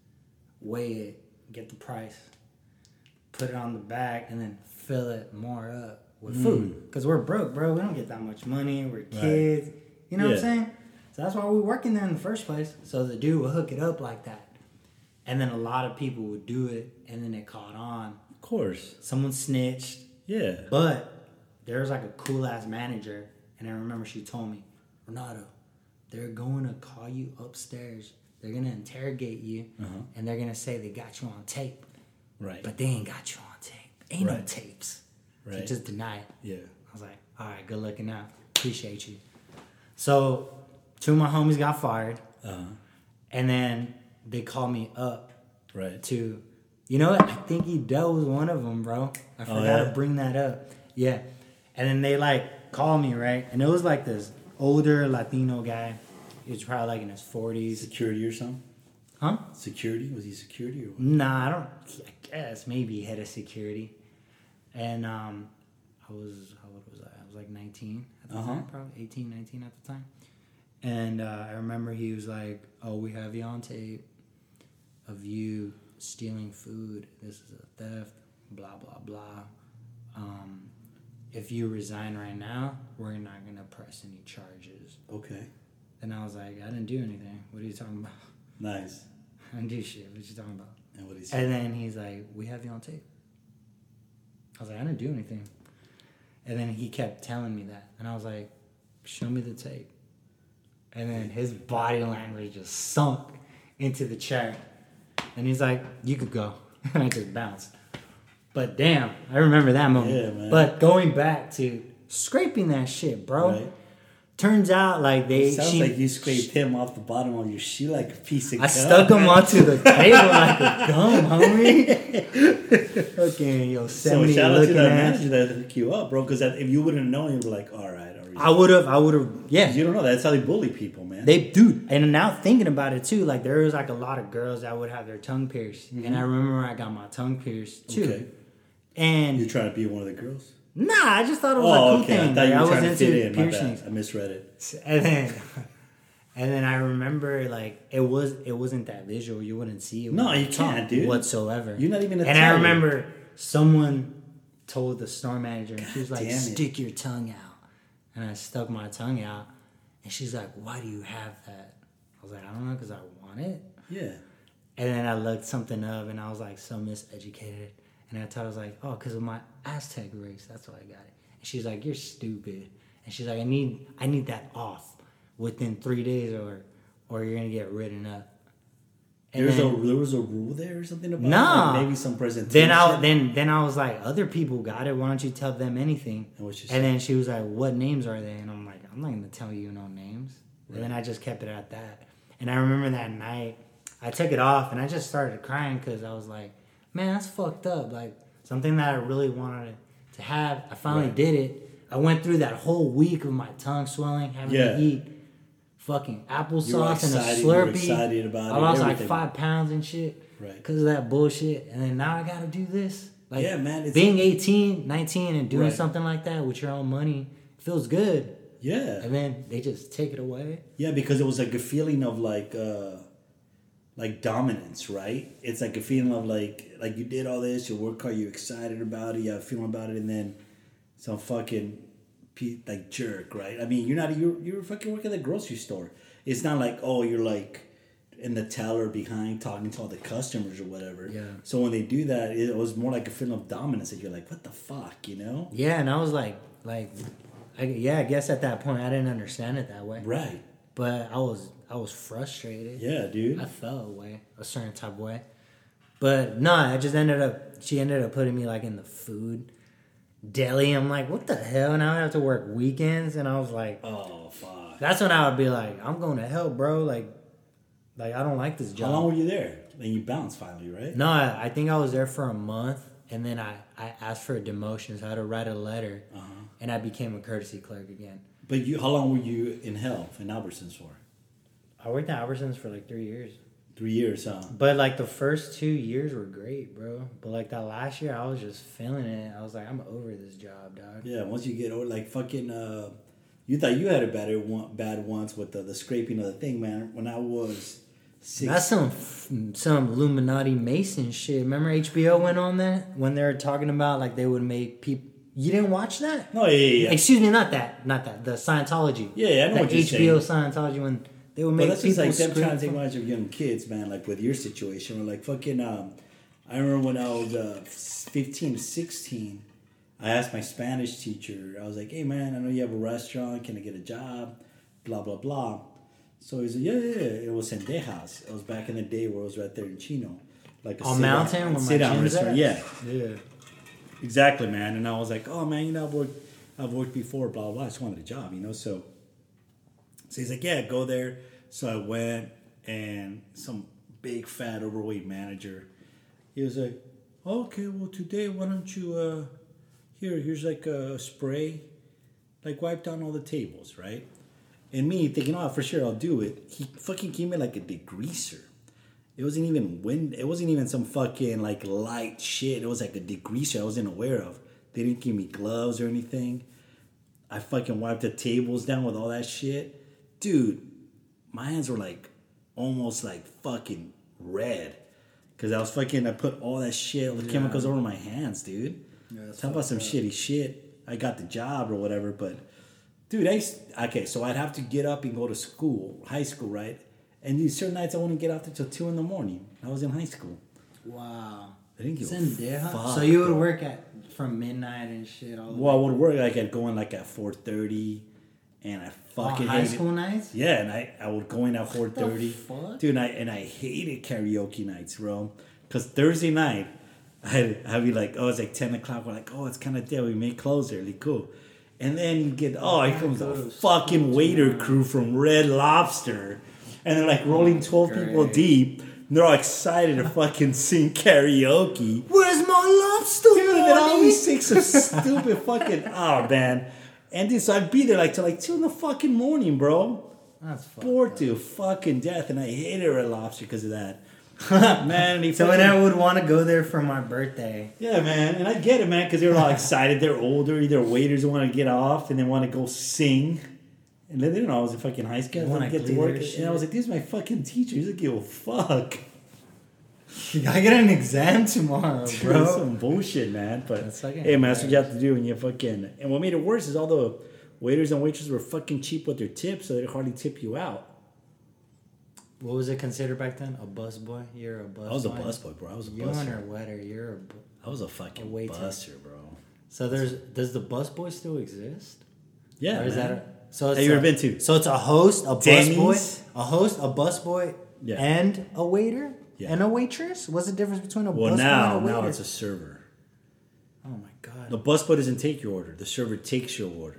[SPEAKER 1] weigh it, get the price, put it on the back, and then fill it more up with food. Cause we're broke, bro. We don't get that much money. We're kids. You know what I'm
[SPEAKER 2] Yeah.
[SPEAKER 1] saying? So that's why we work in there in the first place. So the dude would hook it up like that. And then a lot of people would do it, and then it caught on.
[SPEAKER 2] Of course.
[SPEAKER 1] Someone snitched,
[SPEAKER 2] Yeah.
[SPEAKER 1] but there was like a cool ass manager, and I remember she told me, Renato, they're going to call you upstairs. They're gonna interrogate you,
[SPEAKER 2] Uh-huh.
[SPEAKER 1] and they're gonna say they got you on tape,
[SPEAKER 2] Right.
[SPEAKER 1] but they ain't got you on tape. Ain't no
[SPEAKER 2] Right.
[SPEAKER 1] tapes. So
[SPEAKER 2] Right.
[SPEAKER 1] just deny it.
[SPEAKER 2] yeah.
[SPEAKER 1] I was like, all right, good looking out. Appreciate you. So, two of my homies got fired,
[SPEAKER 2] Uh-huh.
[SPEAKER 1] and then they called me up
[SPEAKER 2] Right.
[SPEAKER 1] to, you know what? I think Edel was one of them, bro. I forgot
[SPEAKER 2] Oh, yeah?
[SPEAKER 1] to bring that up. Yeah. And then they like called me, right? And it was like this older Latino guy. He was probably like in his 40s.
[SPEAKER 2] Security or something?
[SPEAKER 1] Huh?
[SPEAKER 2] Security? Was he security or what?
[SPEAKER 1] Nah, I don't. I guess maybe head of security. And um, I was how old was I? I was like 19 at the
[SPEAKER 2] Uh-huh.
[SPEAKER 1] time, probably 18, 19 at the time. And uh, I remember he was like, "Oh, we have you on tape of you stealing food. This is a theft. Blah blah blah. Um, if you resign right now, we're not gonna press any charges."
[SPEAKER 2] Okay.
[SPEAKER 1] And I was like, "I didn't do anything. What are you talking about?
[SPEAKER 2] Nice.
[SPEAKER 1] I didn't do shit. What you talking about?"
[SPEAKER 2] And what he said.
[SPEAKER 1] And then he's like, "We have you on tape." I was like, "I didn't do anything." And then he kept telling me that, and I was like, "Show me the tape." And then his body language just sunk into the chair, and he's like, "You could go," and I just bounced. But damn, I remember that moment.
[SPEAKER 2] Yeah, man.
[SPEAKER 1] But going back to scraping that shit, bro.
[SPEAKER 2] Right.
[SPEAKER 1] Turns out, like they
[SPEAKER 2] Sounds
[SPEAKER 1] she-
[SPEAKER 2] like you scraped him off the bottom of your shoe like a piece of
[SPEAKER 1] I
[SPEAKER 2] gum.
[SPEAKER 1] stuck him onto the table like a gum, homie. Fucking
[SPEAKER 2] So
[SPEAKER 1] Yosemite
[SPEAKER 2] shout out to
[SPEAKER 1] looking
[SPEAKER 2] that
[SPEAKER 1] ass.
[SPEAKER 2] manager that hooked you up, bro. Because if you wouldn't have known, you'd be like, all right, all right.
[SPEAKER 1] I would have, I would have, yeah.
[SPEAKER 2] you don't know. That's how they bully people, man.
[SPEAKER 1] They do, and now thinking about it too, like there was like a lot of girls that would have their tongue pierced, and I remember I got my tongue pierced too.
[SPEAKER 2] Mm-hmm. Okay.
[SPEAKER 1] And
[SPEAKER 2] you trying to be one of the girls?
[SPEAKER 1] nah, I just thought it was a
[SPEAKER 2] Oh,
[SPEAKER 1] cool
[SPEAKER 2] okay. I
[SPEAKER 1] thing.
[SPEAKER 2] thought
[SPEAKER 1] Like,
[SPEAKER 2] you were
[SPEAKER 1] I was
[SPEAKER 2] trying to
[SPEAKER 1] into
[SPEAKER 2] fit in. My
[SPEAKER 1] piercings,
[SPEAKER 2] bad. I misread it.
[SPEAKER 1] and then, and then I remember like it was it wasn't that visual. You wouldn't see it.
[SPEAKER 2] No,
[SPEAKER 1] with
[SPEAKER 2] you
[SPEAKER 1] my tongue
[SPEAKER 2] can't, dude.
[SPEAKER 1] Whatsoever.
[SPEAKER 2] You're not even
[SPEAKER 1] And I
[SPEAKER 2] Italian.
[SPEAKER 1] remember someone told the store manager, and she was like,
[SPEAKER 2] damn it.
[SPEAKER 1] "Stick your tongue out," and I stuck my tongue out, and she's like, "Why do you have that?" I was like, "I don't know, cause I want it."
[SPEAKER 2] Yeah.
[SPEAKER 1] And then I looked something up, and I was like, so miseducated. And I thought I was like, oh, because of my Aztec race, that's why I got it. And she's like, you're stupid. And she's like, I need, I need that off within three days, or, or you're gonna get written up. And
[SPEAKER 2] There's a
[SPEAKER 1] then,
[SPEAKER 2] there was a rule there or something about
[SPEAKER 1] Nah.
[SPEAKER 2] like, maybe some presentation.
[SPEAKER 1] then I, then, then I was like, other people got it. Why don't you tell them anything?
[SPEAKER 2] And what she
[SPEAKER 1] And then she was like, what names are they? And I'm like, I'm not gonna tell you no names. And then I just kept it at that. And I remember that night, I took it off and I just started crying because I was like, man, that's fucked up. Like something that I really wanted to have. I finally
[SPEAKER 2] Right.
[SPEAKER 1] did it. I went through that whole week of my tongue swelling, having
[SPEAKER 2] Yeah.
[SPEAKER 1] to eat fucking
[SPEAKER 2] You were
[SPEAKER 1] applesauce and a
[SPEAKER 2] excited- you were
[SPEAKER 1] Slurpee.
[SPEAKER 2] excited about
[SPEAKER 1] I
[SPEAKER 2] it,
[SPEAKER 1] lost
[SPEAKER 2] everything.
[SPEAKER 1] like five pounds and shit
[SPEAKER 2] Right.
[SPEAKER 1] because of that bullshit. And then now I gotta do this. Like,
[SPEAKER 2] Yeah, man, it's-
[SPEAKER 1] being 18, 19, and doing
[SPEAKER 2] Right.
[SPEAKER 1] something like that with your own money feels good.
[SPEAKER 2] Yeah.
[SPEAKER 1] And then they just take it away.
[SPEAKER 2] Yeah, because it was like a feeling of like uh like dominance, right? It's like a feeling of like like you did all this, you work hard, you're excited about it, you have a feeling about it, and then some fucking pe- like jerk, right? I mean, you're not you're you're fucking working at the grocery store. It's not like oh, you're like in the teller behind talking to all the customers or whatever.
[SPEAKER 1] Yeah.
[SPEAKER 2] So when they do that, it was more like a feeling of dominance that you're like, what the fuck, you know?
[SPEAKER 1] Yeah, and I was like, like, I, yeah, I guess at that point I didn't understand it that way,
[SPEAKER 2] Right.
[SPEAKER 1] but I was I was frustrated.
[SPEAKER 2] Yeah, dude.
[SPEAKER 1] I felt away a certain type of way, but no, I just ended up. She ended up putting me like in the food deli. I'm like, what the hell? Now I have to work weekends, and I was like,
[SPEAKER 2] oh fuck.
[SPEAKER 1] that's when I would be like, I'm going to hell, bro. Like, like I don't like this
[SPEAKER 2] How
[SPEAKER 1] job.
[SPEAKER 2] long were you there? Then you bounced finally, right?
[SPEAKER 1] No, I, I think I was there for a month, and then I, I asked for a demotion, so I had to write a letter,
[SPEAKER 2] Uh-huh.
[SPEAKER 1] and I became a courtesy clerk again.
[SPEAKER 2] But you, how long were you in hell in Albertsons for?
[SPEAKER 1] I worked at Albertsons for like three years,
[SPEAKER 2] Three years, huh?
[SPEAKER 1] but like the first two years were great, bro. But like that last year, I was just feeling it. I was like, I'm over this job, dog.
[SPEAKER 2] Yeah. Once you get old, like fucking, uh, you thought you had a better one, bad once with the, the scraping of the thing, man. When I was six,
[SPEAKER 1] That's some f- some Illuminati Mason shit. Remember HBO went on that when they were talking about like they would make people. You didn't watch that?
[SPEAKER 2] no, yeah, yeah, yeah.
[SPEAKER 1] Excuse me, not that, not that. The Scientology.
[SPEAKER 2] Yeah, yeah, I know
[SPEAKER 1] the
[SPEAKER 2] what you're
[SPEAKER 1] HBO Scientology when they would
[SPEAKER 2] But
[SPEAKER 1] make
[SPEAKER 2] that's just
[SPEAKER 1] people
[SPEAKER 2] like them
[SPEAKER 1] scream
[SPEAKER 2] trying to take
[SPEAKER 1] from-
[SPEAKER 2] advantage of young kids, man. Like with your situation, or like fucking. Um, I remember when I was uh, 15, 16, I asked my Spanish teacher. I was like, "Hey, man, I know you have a restaurant. Can I get a job?" Blah blah blah. So he said, "Yeah, yeah, yeah." It was Sendejas. It was back in the day where it was right there in Chino, like a
[SPEAKER 1] on
[SPEAKER 2] sit-down-
[SPEAKER 1] mountain when my
[SPEAKER 2] sit-down
[SPEAKER 1] gym's
[SPEAKER 2] restaurant.
[SPEAKER 1] at?
[SPEAKER 2] Yeah.
[SPEAKER 1] yeah.
[SPEAKER 2] Exactly, man. And I was like, oh man, you know, I've worked, I've worked before, blah blah. blah. I just wanted a job, you know. So, so he's like, yeah, go there. So I went, and some big fat overweight manager, he was like, okay, well today, why don't you, uh, here, here's like a spray, like wipe down all the tables, right? And me thinking, oh, for sure I'll do it. He fucking gave me like a degreaser. It wasn't even wind. It wasn't even some fucking like light shit. It was like a degreaser I wasn't aware of. They didn't give me gloves or anything. I fucking wiped the tables down with all that shit, dude. My hands were like almost like fucking red because I was fucking. I put all that shit, all the chemicals over my hands, dude.
[SPEAKER 1] that's
[SPEAKER 2] Talk about some shitty shit. I got the job or whatever, but dude, I used, okay. So I'd have to get up and go to school, high school, right? And these certain nights I wouldn't get out there till two in the morning. I was in high school.
[SPEAKER 1] Wow.
[SPEAKER 2] I didn't give a
[SPEAKER 1] Zendeja?
[SPEAKER 2] fuck,
[SPEAKER 1] So you would
[SPEAKER 2] bro.
[SPEAKER 1] work at from midnight and shit all the
[SPEAKER 2] Well, I would work like I'd go in like at four thirty, and I
[SPEAKER 1] way. on Oh,
[SPEAKER 2] fucking
[SPEAKER 1] high
[SPEAKER 2] hated-
[SPEAKER 1] school nights?
[SPEAKER 2] Yeah, and I, I would go in at four thirty,
[SPEAKER 1] fuck?
[SPEAKER 2] dude. And I and I hated karaoke nights, bro. Cause Thursday night, I'd, I'd be like, oh, it's like ten o'clock. We're like, oh, it's kind of dead. We may close early, cool. And then you get oh, here comes
[SPEAKER 1] go
[SPEAKER 2] a
[SPEAKER 1] to
[SPEAKER 2] fucking waiter crew from Red Lobster, and they're like rolling twelve people
[SPEAKER 1] Great.
[SPEAKER 2] deep. And they're all excited to fucking sing karaoke.
[SPEAKER 1] Where's my lobster?
[SPEAKER 2] Dude, and all
[SPEAKER 1] money?
[SPEAKER 2] these things are stupid fucking oh man. And dude, so I'd be there like till like two in the fucking morning, bro.
[SPEAKER 1] That's fucked
[SPEAKER 2] Bored
[SPEAKER 1] up.
[SPEAKER 2] to fucking death, and I hated Red Lobster because of that. man, and he
[SPEAKER 1] So
[SPEAKER 2] fucking-
[SPEAKER 1] when I would want to go there for my birthday.
[SPEAKER 2] yeah, man, and I get it, man, because they're all excited. They're older. Either waiters want to get off and they want to go sing. And they didn't know I was in fucking high school. I
[SPEAKER 1] You
[SPEAKER 2] was
[SPEAKER 1] wanna
[SPEAKER 2] gonna get to
[SPEAKER 1] clear
[SPEAKER 2] work,
[SPEAKER 1] shit.
[SPEAKER 2] and I was like, "This is my fucking teacher. He's like, give a fuck,
[SPEAKER 1] I get an exam tomorrow,
[SPEAKER 2] bro."
[SPEAKER 1] bro.
[SPEAKER 2] That's some bullshit, man. But
[SPEAKER 1] That's fucking
[SPEAKER 2] hey, man, that's what you have to do when you fucking. And what made it worse is all the waiters and waitresses were fucking cheap with their tips, so they hardly tip you out.
[SPEAKER 1] What was it considered back then? A bus boy? You're a bus
[SPEAKER 2] I was a
[SPEAKER 1] boy?
[SPEAKER 2] busboy, bro. I was a
[SPEAKER 1] You and
[SPEAKER 2] busser.
[SPEAKER 1] her wetter. You're a. Bu-
[SPEAKER 2] I was a fucking
[SPEAKER 1] A waiter.
[SPEAKER 2] buster, bro.
[SPEAKER 1] so there's does the bus boy still exist?
[SPEAKER 2] Yeah,
[SPEAKER 1] Or is
[SPEAKER 2] man.
[SPEAKER 1] that a, so? It's
[SPEAKER 2] Have you
[SPEAKER 1] a-
[SPEAKER 2] ever been to?
[SPEAKER 1] So it's a host, a busboy,
[SPEAKER 2] Denny's?
[SPEAKER 1] a host, a busboy,
[SPEAKER 2] Yeah.
[SPEAKER 1] and a waiter
[SPEAKER 2] Yeah.
[SPEAKER 1] and a waitress. What's the difference between a
[SPEAKER 2] well,
[SPEAKER 1] busboy
[SPEAKER 2] now
[SPEAKER 1] and a waiter?
[SPEAKER 2] now it's a server.
[SPEAKER 1] oh my god!
[SPEAKER 2] The busboy doesn't take your order. The server takes your order.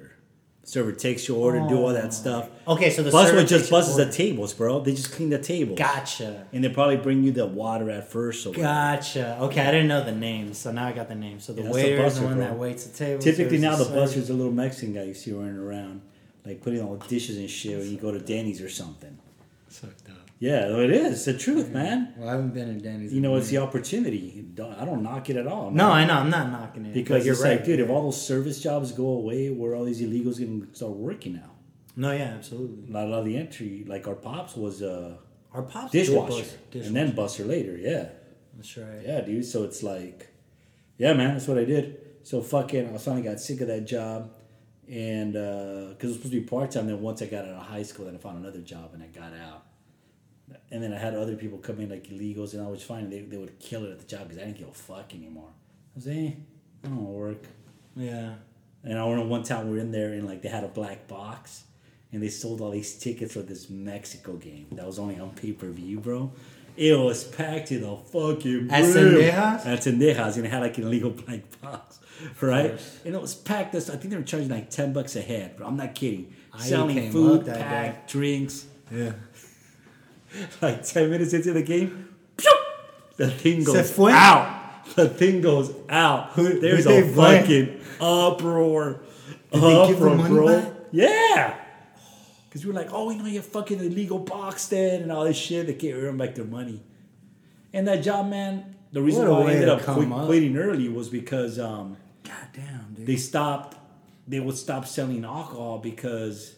[SPEAKER 2] Server takes your order, do all that stuff.
[SPEAKER 1] Okay, so the
[SPEAKER 2] Bus
[SPEAKER 1] Oh. server
[SPEAKER 2] would just
[SPEAKER 1] takes your
[SPEAKER 2] buses the
[SPEAKER 1] order.
[SPEAKER 2] tables, bro. They just clean the tables.
[SPEAKER 1] Gotcha.
[SPEAKER 2] And they probably bring you the water at first. Or whatever.
[SPEAKER 1] Gotcha. Okay, I didn't know the name, so now I got the name. So the
[SPEAKER 2] Yeah, that's the
[SPEAKER 1] waiter is the
[SPEAKER 2] busser,
[SPEAKER 1] one
[SPEAKER 2] bro.
[SPEAKER 1] that waits the table.
[SPEAKER 2] Typically
[SPEAKER 1] serves
[SPEAKER 2] now the
[SPEAKER 1] server.
[SPEAKER 2] buster's a little Mexican guy you see running around, like putting all the dishes and shit when you go to Danny's or something.
[SPEAKER 1] It's fucked up.
[SPEAKER 2] Yeah, well, it is. It's the truth, man.
[SPEAKER 1] Well, I haven't been in Danny's.
[SPEAKER 2] You
[SPEAKER 1] in
[SPEAKER 2] know,
[SPEAKER 1] a
[SPEAKER 2] it's the
[SPEAKER 1] minute.
[SPEAKER 2] opportunity. Don't- I don't knock it at all. man.
[SPEAKER 1] No, I know. I'm not knocking it
[SPEAKER 2] Because
[SPEAKER 1] but you're
[SPEAKER 2] it's
[SPEAKER 1] right,
[SPEAKER 2] like, dude, if
[SPEAKER 1] yeah.
[SPEAKER 2] all those service jobs go away, where are all these illegals going to start working now?
[SPEAKER 1] No, yeah, absolutely.
[SPEAKER 2] Not a lot of the entry, like our pops was a
[SPEAKER 1] Our pops did
[SPEAKER 2] dishwasher,
[SPEAKER 1] bus-
[SPEAKER 2] and then buster later. Yeah,
[SPEAKER 1] That's right.
[SPEAKER 2] yeah, dude. So it's like, yeah, man, that's what I did. So fucking, I finally got sick of that job, and because it was supposed to be part time. Then once I got out of high school, then I found another job, and I got out. And then I had other people come in like illegals, and I was fine. They, they would kill it at the job because I didn't give a fuck anymore. I was eh, I don't wanna work.
[SPEAKER 1] Yeah.
[SPEAKER 2] And I remember one time we were in there and like they had a black box and they sold all these tickets for this Mexico game that was only on pay per view, bro. It was packed to the fucking
[SPEAKER 1] At
[SPEAKER 2] brim.
[SPEAKER 1] Cendejas?
[SPEAKER 2] At Cendejas, and it had like an illegal black box, right?
[SPEAKER 1] course.
[SPEAKER 2] And it was packed. This I think they were charging like ten bucks a head, bro. I'm not kidding.
[SPEAKER 1] I
[SPEAKER 2] Selling
[SPEAKER 1] came
[SPEAKER 2] food,
[SPEAKER 1] up that
[SPEAKER 2] packed drinks.
[SPEAKER 1] Yeah.
[SPEAKER 2] Like ten minutes into the game, phew, the thing
[SPEAKER 1] Se
[SPEAKER 2] goes
[SPEAKER 1] fue.
[SPEAKER 2] out. The thing goes out.
[SPEAKER 1] Who-
[SPEAKER 2] There's
[SPEAKER 1] who'd they
[SPEAKER 2] a
[SPEAKER 1] blame?
[SPEAKER 2] fucking uproar.
[SPEAKER 1] Did they give the
[SPEAKER 2] Uproar,
[SPEAKER 1] money
[SPEAKER 2] bro.
[SPEAKER 1] back?
[SPEAKER 2] Yeah. Because we were like, oh, we know you're fucking illegal box then and all this shit. They can't earn back their money. And that job, man, the reason
[SPEAKER 1] What a
[SPEAKER 2] why I
[SPEAKER 1] way
[SPEAKER 2] ended
[SPEAKER 1] to
[SPEAKER 2] up,
[SPEAKER 1] come
[SPEAKER 2] quit,
[SPEAKER 1] up.
[SPEAKER 2] quitting early was because um,
[SPEAKER 1] God damn, dude.
[SPEAKER 2] they stopped, they would stop selling alcohol because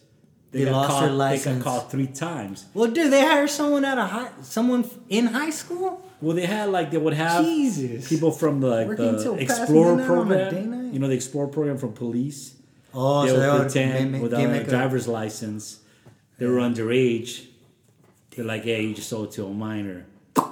[SPEAKER 1] They
[SPEAKER 2] got
[SPEAKER 1] lost
[SPEAKER 2] caught,
[SPEAKER 1] their
[SPEAKER 2] They
[SPEAKER 1] license.
[SPEAKER 2] got caught three times.
[SPEAKER 1] well, dude, they hired someone out of high, someone in high school.
[SPEAKER 2] Well, they had like they would have
[SPEAKER 1] Jesus.
[SPEAKER 2] people from like
[SPEAKER 1] Working
[SPEAKER 2] the
[SPEAKER 1] till past
[SPEAKER 2] Explorer
[SPEAKER 1] midnight on a day
[SPEAKER 2] program.
[SPEAKER 1] night?
[SPEAKER 2] You know the Explorer program from police.
[SPEAKER 1] Oh,
[SPEAKER 2] they
[SPEAKER 1] so
[SPEAKER 2] would
[SPEAKER 1] they
[SPEAKER 2] pretend
[SPEAKER 1] would
[SPEAKER 2] without a
[SPEAKER 1] gimmick
[SPEAKER 2] driver's license. They were underage. They're like, "Yeah, you just sold to a minor." One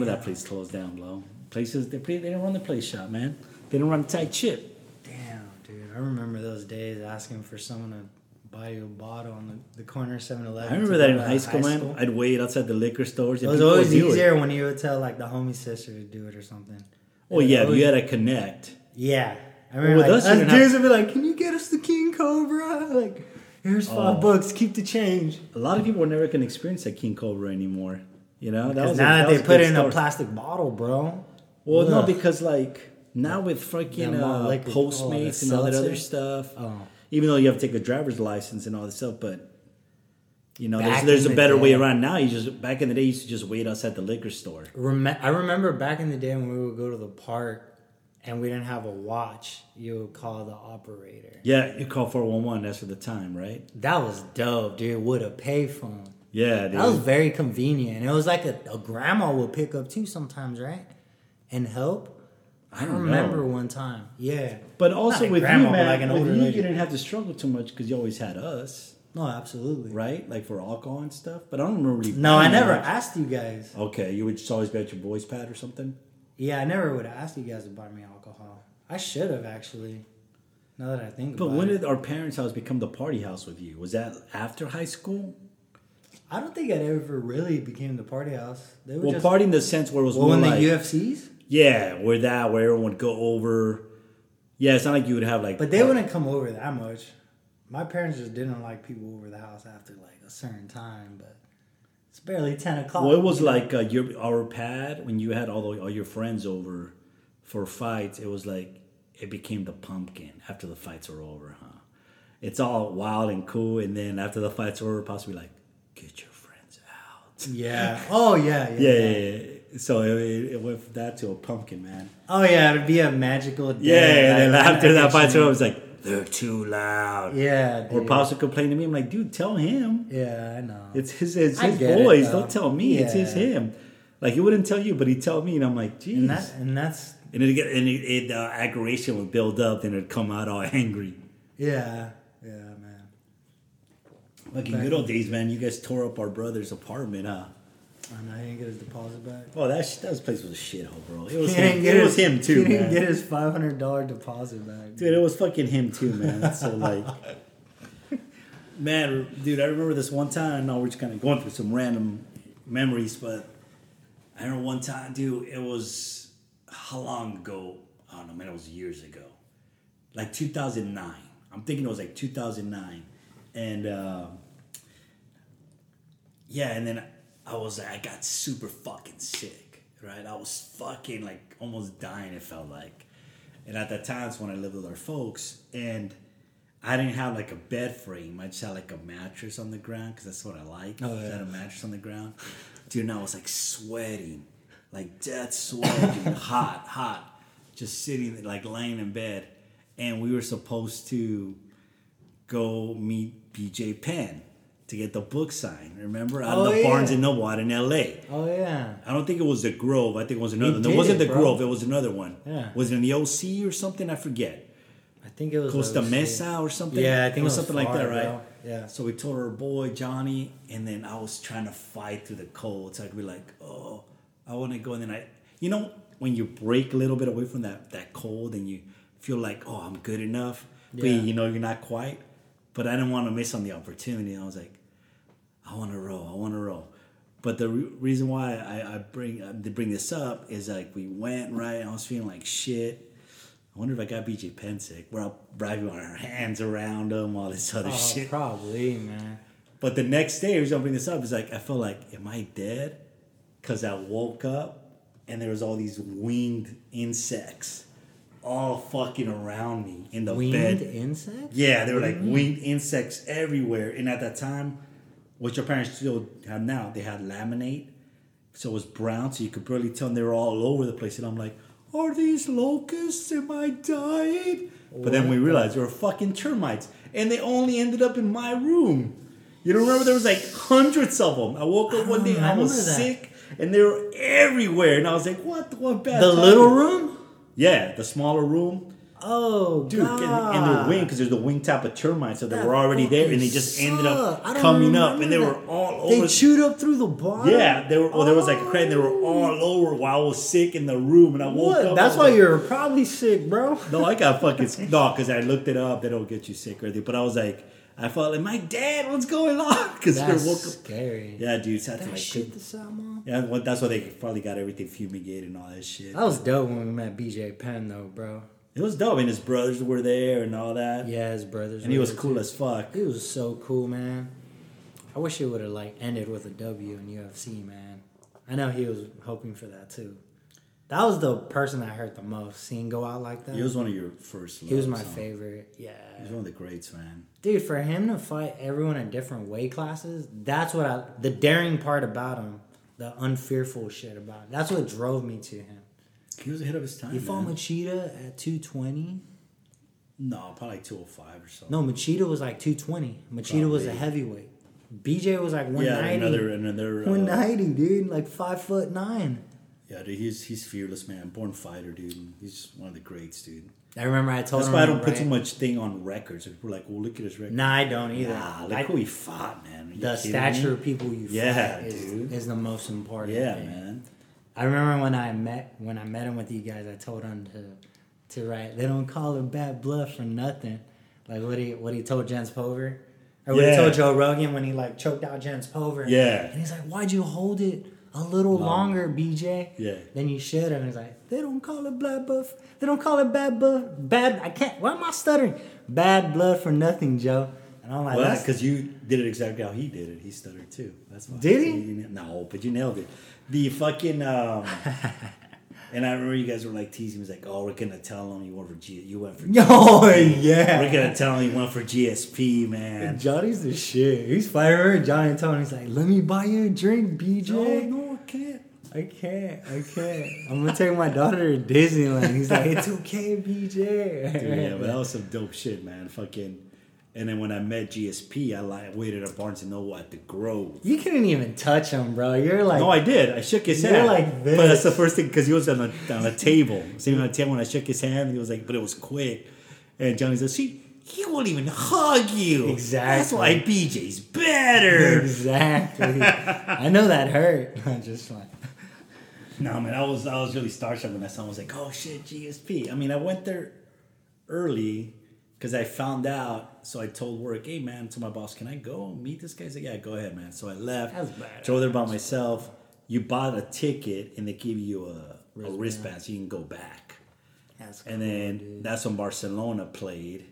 [SPEAKER 2] Wonder that place closed down, bro. Places they play, they didn't run the place shop, man. They didn't run a tight ship.
[SPEAKER 1] Damn, dude. I remember those days asking for someone to buy you a bottle on the, the corner 7 Eleven.
[SPEAKER 2] I remember that in high school, man. I'd wait outside the liquor stores.
[SPEAKER 1] It
[SPEAKER 2] and
[SPEAKER 1] was
[SPEAKER 2] people would
[SPEAKER 1] always
[SPEAKER 2] do it.
[SPEAKER 1] easier when you would tell like the homie sister to do it or something.
[SPEAKER 2] Oh
[SPEAKER 1] It
[SPEAKER 2] yeah, if
[SPEAKER 1] always-
[SPEAKER 2] you had to connect.
[SPEAKER 1] Yeah. I remember
[SPEAKER 2] With
[SPEAKER 1] like,
[SPEAKER 2] us,
[SPEAKER 1] us,
[SPEAKER 2] you didn't
[SPEAKER 1] dudes would be like, Can you get us the King Cobra? Like, here's five
[SPEAKER 2] Oh.
[SPEAKER 1] bucks, keep the change.
[SPEAKER 2] A lot of people are never gonna experience that King Cobra anymore. You know, that
[SPEAKER 1] Because
[SPEAKER 2] a-
[SPEAKER 1] now that,
[SPEAKER 2] was
[SPEAKER 1] they put
[SPEAKER 2] good
[SPEAKER 1] it in a
[SPEAKER 2] story.
[SPEAKER 1] plastic bottle, bro.
[SPEAKER 2] Well, no,
[SPEAKER 1] Ugh.
[SPEAKER 2] because like now with fucking
[SPEAKER 1] Yeah,
[SPEAKER 2] uh,
[SPEAKER 1] malt liquor, all that
[SPEAKER 2] Postmates and all that other
[SPEAKER 1] seltzer.
[SPEAKER 2] stuff,
[SPEAKER 1] Oh.
[SPEAKER 2] even though you have to take a driver's license and all this stuff, but you know,
[SPEAKER 1] Back
[SPEAKER 2] there's, there's
[SPEAKER 1] in
[SPEAKER 2] a
[SPEAKER 1] the
[SPEAKER 2] better way
[SPEAKER 1] day.
[SPEAKER 2] around now. You just back in the day, you used to just wait outside the liquor store.
[SPEAKER 1] Rem- I remember back in the day when we would go to the park and we didn't have a watch, you would call the operator.
[SPEAKER 2] Yeah, you call four one one. That's for the time, right?
[SPEAKER 1] That was dope, dude. With a payphone.
[SPEAKER 2] Yeah, dude.
[SPEAKER 1] That was very convenient. It was like a, a grandma would pick up too sometimes, right? And help.
[SPEAKER 2] I don't
[SPEAKER 1] remember
[SPEAKER 2] know.
[SPEAKER 1] one time. Yeah.
[SPEAKER 2] But also
[SPEAKER 1] a
[SPEAKER 2] with
[SPEAKER 1] grandma,
[SPEAKER 2] you,
[SPEAKER 1] but
[SPEAKER 2] man,
[SPEAKER 1] like an
[SPEAKER 2] with
[SPEAKER 1] older
[SPEAKER 2] you, you
[SPEAKER 1] lady.
[SPEAKER 2] didn't have to struggle too much because you always had us,
[SPEAKER 1] No, absolutely.
[SPEAKER 2] right? Like for alcohol and stuff. But I don't remember. you
[SPEAKER 1] No, I
[SPEAKER 2] buying
[SPEAKER 1] never
[SPEAKER 2] much.
[SPEAKER 1] asked you guys.
[SPEAKER 2] Okay, you would just always be at your boys' pad or something.
[SPEAKER 1] Yeah, I never would have asked you guys to buy me alcohol. I should have actually. Now that I think
[SPEAKER 2] But
[SPEAKER 1] about
[SPEAKER 2] when
[SPEAKER 1] it,
[SPEAKER 2] did our parents' house become the party house with you? Was that after high school?
[SPEAKER 1] I don't think it ever really became the party house. They were
[SPEAKER 2] Well,
[SPEAKER 1] just
[SPEAKER 2] party in the sense where it was
[SPEAKER 1] well,
[SPEAKER 2] more
[SPEAKER 1] when
[SPEAKER 2] like,
[SPEAKER 1] the UFCs,
[SPEAKER 2] yeah, where that where everyone would go over. Yeah, it's not like you would have like,
[SPEAKER 1] but they wouldn't come over that much. My parents just didn't like people over the house after like a certain time, but it's barely ten o'clock.
[SPEAKER 2] Well, it was like uh, your our pad when you had all the, all your friends over for fights. It was like it became the pumpkin after the fights were over, huh? It's all wild and cool, and then after the fights were over, possibly like get your friends out.
[SPEAKER 1] yeah. Oh yeah, yeah.
[SPEAKER 2] Yeah, yeah, yeah. So it, it went from that to a pumpkin, man.
[SPEAKER 1] Oh yeah, it'd be a magical day.
[SPEAKER 2] Yeah, and then
[SPEAKER 1] like,
[SPEAKER 2] after that fight,
[SPEAKER 1] actually-
[SPEAKER 2] I was like, they're too loud.
[SPEAKER 1] Yeah.
[SPEAKER 2] Or
[SPEAKER 1] dude.
[SPEAKER 2] Pops would complain to me. I'm like, dude, tell him.
[SPEAKER 1] Yeah, I know.
[SPEAKER 2] It's his, it's
[SPEAKER 1] I
[SPEAKER 2] his
[SPEAKER 1] get it,
[SPEAKER 2] boys.
[SPEAKER 1] though.
[SPEAKER 2] Don't tell me. It's his
[SPEAKER 1] Yeah.
[SPEAKER 2] him. Like he wouldn't tell you, but he'd tell me, and I'm like, jeez.
[SPEAKER 1] and
[SPEAKER 2] And,
[SPEAKER 1] that and that's
[SPEAKER 2] it get and it, it uh, aggravation would build up, and it'd come out all angry.
[SPEAKER 1] yeah, yeah, man.
[SPEAKER 2] Like in good old days, man. You guys tore up our brother's apartment, huh?
[SPEAKER 1] I know he didn't get his deposit back.
[SPEAKER 2] Oh, that sh- that place was a shithole, bro. It was
[SPEAKER 1] He
[SPEAKER 2] him.
[SPEAKER 1] didn't
[SPEAKER 2] It
[SPEAKER 1] get
[SPEAKER 2] was
[SPEAKER 1] his-
[SPEAKER 2] him too,
[SPEAKER 1] He didn't
[SPEAKER 2] man.
[SPEAKER 1] get his five hundred dollar deposit back.
[SPEAKER 2] Dude, it was fucking him too, man. So like, man, dude, I remember this one time. Now we're just kind of going through some random memories, but I remember one time, dude. It was how long ago? I don't know, man. It was years ago, like 2009. I I'm thinking it was like 2009, and uh, yeah, and then I was like, I got super fucking sick, right? I was fucking like almost dying. It felt like, and at that time, it's when I lived with our folks, and I didn't have like a bed frame. I just had like a mattress on the ground because that's what I like.
[SPEAKER 1] Oh,
[SPEAKER 2] I
[SPEAKER 1] yeah.
[SPEAKER 2] had a mattress on the ground, dude, and I was like sweating, like death sweating, hot, hot, just sitting like laying in bed, and we were supposed to go meet BJ Penn to get the book signed. Remember out
[SPEAKER 1] Oh,
[SPEAKER 2] of the
[SPEAKER 1] yeah.
[SPEAKER 2] Barnes and Noble out in L.A.
[SPEAKER 1] Oh yeah.
[SPEAKER 2] I don't think it was the Grove. I think it was another. No,
[SPEAKER 1] did
[SPEAKER 2] it wasn't
[SPEAKER 1] it,
[SPEAKER 2] the
[SPEAKER 1] bro.
[SPEAKER 2] Grove. It was another one.
[SPEAKER 1] Yeah.
[SPEAKER 2] Was it in the OC or something? I forget.
[SPEAKER 1] I think it was
[SPEAKER 2] Costa
[SPEAKER 1] like-
[SPEAKER 2] Mesa or something.
[SPEAKER 1] Yeah, I think it was
[SPEAKER 2] something like that,
[SPEAKER 1] far,
[SPEAKER 2] right?
[SPEAKER 1] bro. Yeah.
[SPEAKER 2] So we told our boy Johnny, and then I was trying to fight through the cold. So I'd be like, "Oh, I want to go," and then I, you know, when you break a little bit away from that that cold, and you feel like, "Oh, I'm good enough," but
[SPEAKER 1] Yeah.
[SPEAKER 2] you know you're not quite. But I didn't want to miss on the opportunity. I was like, I want to roll. I want to roll. But the re- reason why I, I bring uh, to bring this up is like we went right. I was feeling like shit. I wonder if I got BJ Penn sick. We're all driving our hands around him, all this other
[SPEAKER 1] Oh,
[SPEAKER 2] shit.
[SPEAKER 1] probably, man.
[SPEAKER 2] But the next day, the reason I bring this up is like I felt like, am I dead? Because I woke up and there was all these winged insects all fucking around me in the
[SPEAKER 1] Winged
[SPEAKER 2] bed.
[SPEAKER 1] insect?
[SPEAKER 2] Yeah, there were like
[SPEAKER 1] Mm-hmm.
[SPEAKER 2] winged insects everywhere. And at that time, what your parents still have now, they had laminate. So it was brown, so you could barely tell and they were all over the place. And I'm like, are these locusts? Am I dying? But then we realized they were fucking termites. And they only ended up in my room. You don't remember there was like hundreds of them. I woke up one day, I was
[SPEAKER 1] Oh, remember that.
[SPEAKER 2] sick, and they were everywhere. And I was like, what? What bad?
[SPEAKER 1] The
[SPEAKER 2] time?
[SPEAKER 1] little room?
[SPEAKER 2] Yeah, the smaller room.
[SPEAKER 1] Oh,
[SPEAKER 2] Dude, and, and their wing, because there's a wing type of termites, so they
[SPEAKER 1] That
[SPEAKER 2] were already there, and they
[SPEAKER 1] fucking
[SPEAKER 2] just ended up
[SPEAKER 1] suck. I don't
[SPEAKER 2] coming up,
[SPEAKER 1] remember
[SPEAKER 2] and they were
[SPEAKER 1] that.
[SPEAKER 2] all
[SPEAKER 1] They
[SPEAKER 2] over.
[SPEAKER 1] chewed up through the bar.
[SPEAKER 2] yeah, they were. Well, there was like a crane. They were all over while I was sick in the room, and I woke
[SPEAKER 1] What?
[SPEAKER 2] up.
[SPEAKER 1] That's
[SPEAKER 2] I was
[SPEAKER 1] why
[SPEAKER 2] like,
[SPEAKER 1] you're probably sick, bro.
[SPEAKER 2] No, I got fucking sick. no, because I looked it up. They don't get you sick or anything. But I was like, I felt like, my dad, what's going on? Because I woke
[SPEAKER 1] That's
[SPEAKER 2] up.
[SPEAKER 1] scary.
[SPEAKER 2] Yeah, dude, so I had to
[SPEAKER 1] That
[SPEAKER 2] like.
[SPEAKER 1] shit this out, mom.
[SPEAKER 2] Yeah, well, that's why they probably got everything fumigated and all that shit.
[SPEAKER 1] That was dope when we met BJ Penn, though, bro.
[SPEAKER 2] It was dope, and his brothers were there and all that.
[SPEAKER 1] Yeah, his brothers.
[SPEAKER 2] and he
[SPEAKER 1] were
[SPEAKER 2] was
[SPEAKER 1] there,
[SPEAKER 2] cool
[SPEAKER 1] too.
[SPEAKER 2] as fuck.
[SPEAKER 1] He was so cool, man. I wish it would have like ended with a W in UFC, man. I know he was hoping for that too. That was the person I hurt the most. Seeing go out like that.
[SPEAKER 2] He was one of your first.
[SPEAKER 1] He was
[SPEAKER 2] loves,
[SPEAKER 1] my
[SPEAKER 2] huh?
[SPEAKER 1] favorite. Yeah.
[SPEAKER 2] He was one of the greats, man.
[SPEAKER 1] Dude, for him to fight everyone in different weight classes, that's what I the daring part about him, the unfearful shit about him. That's what drove me to him.
[SPEAKER 2] He was ahead of his time.
[SPEAKER 1] He fought
[SPEAKER 2] man.
[SPEAKER 1] Machida at 220.
[SPEAKER 2] no, probably two hundred five or something.
[SPEAKER 1] No, Machida was like 220. Machida was a
[SPEAKER 2] Probably.
[SPEAKER 1] heavyweight. BJ was like 190.
[SPEAKER 2] yeah, another another. Uh,
[SPEAKER 1] 190, dude. Like five foot nine.
[SPEAKER 2] yeah, dude, he's he's fearless, man. Born fighter, dude. He's one of the greats, dude.
[SPEAKER 1] I remember I told
[SPEAKER 2] That's
[SPEAKER 1] him.
[SPEAKER 2] why I don't put
[SPEAKER 1] right?
[SPEAKER 2] too much thing on records. People are like, well, look at his record.
[SPEAKER 1] Nah, I don't either.
[SPEAKER 2] Nah, look
[SPEAKER 1] I-
[SPEAKER 2] who he fought, man. Are you
[SPEAKER 1] the
[SPEAKER 2] kidding
[SPEAKER 1] stature
[SPEAKER 2] me?
[SPEAKER 1] of people you
[SPEAKER 2] Yeah,
[SPEAKER 1] fight is,
[SPEAKER 2] dude.
[SPEAKER 1] is the most important.
[SPEAKER 2] Yeah,
[SPEAKER 1] thing.
[SPEAKER 2] man.
[SPEAKER 1] I remember when I met when I met him with you guys, I told him to to write. They don't call it bad blood for nothing. Like what he what he told Jens Pover, or what he
[SPEAKER 2] Yeah.
[SPEAKER 1] told Joe Rogan when he like choked out Jens Pover.
[SPEAKER 2] Yeah.
[SPEAKER 1] and he's like, "Why'd you hold it a little longer, BJ?
[SPEAKER 2] Yeah.
[SPEAKER 1] than you should." And he's like, "They don't call it bad buff. They don't call it bad buff. Bad. I can't. Why am I stuttering? Bad blood for nothing, Joe." And I'm like,
[SPEAKER 2] Well,
[SPEAKER 1] "That's
[SPEAKER 2] because you did it exactly how he did it. He stuttered too. That's why.
[SPEAKER 1] Did he?
[SPEAKER 2] You na- No, but you nailed it. The fucking. Um, and I remember you guys were like teasing. me, like, "Oh, we're gonna tell him you went for G. You went for.
[SPEAKER 1] yo,
[SPEAKER 2] We're
[SPEAKER 1] Oh, yeah."
[SPEAKER 2] gonna tell him you went for GSP, man."
[SPEAKER 1] Johnny's the shit. He's firing Johnny and Tony. He's like, let me buy you a drink, BJ.
[SPEAKER 2] no, I can't.
[SPEAKER 1] I can't. I can't. I'm gonna take my daughter to Disneyland. He's like, it's okay, BJ.
[SPEAKER 2] Dude, yeah, but that was some dope shit, man. Fucking. And then when I met GSP, I like waited at Barnes and Noble at the Grove.
[SPEAKER 1] you couldn't even touch him, bro. You're like,
[SPEAKER 2] No, I did. I shook his
[SPEAKER 1] You're
[SPEAKER 2] hand.
[SPEAKER 1] like this.
[SPEAKER 2] But that's the first thing because he was on the on the table, sitting on the table, and I shook his hand. And he was like, "But it was quick." And Johnny says, "She, he won't even hug you." That's
[SPEAKER 1] Exactly.
[SPEAKER 2] why BJ's better.
[SPEAKER 1] exactly. I know that hurt. I'm just like,
[SPEAKER 2] no, man, I was I was really starstruck when I saw. Him. I was like, "Oh shit, GSP." I mean, I went there early because I found out. So I told work, "Hey, man," to my boss, "Can I go meet this guy?" He's like, "Yeah, go ahead, man." So I left.
[SPEAKER 1] That's badass.
[SPEAKER 2] Drove there by myself. You bought a ticket, and they give you a a wristband so you can go back.
[SPEAKER 1] that's cool,
[SPEAKER 2] And then
[SPEAKER 1] dude.
[SPEAKER 2] that's when Barcelona played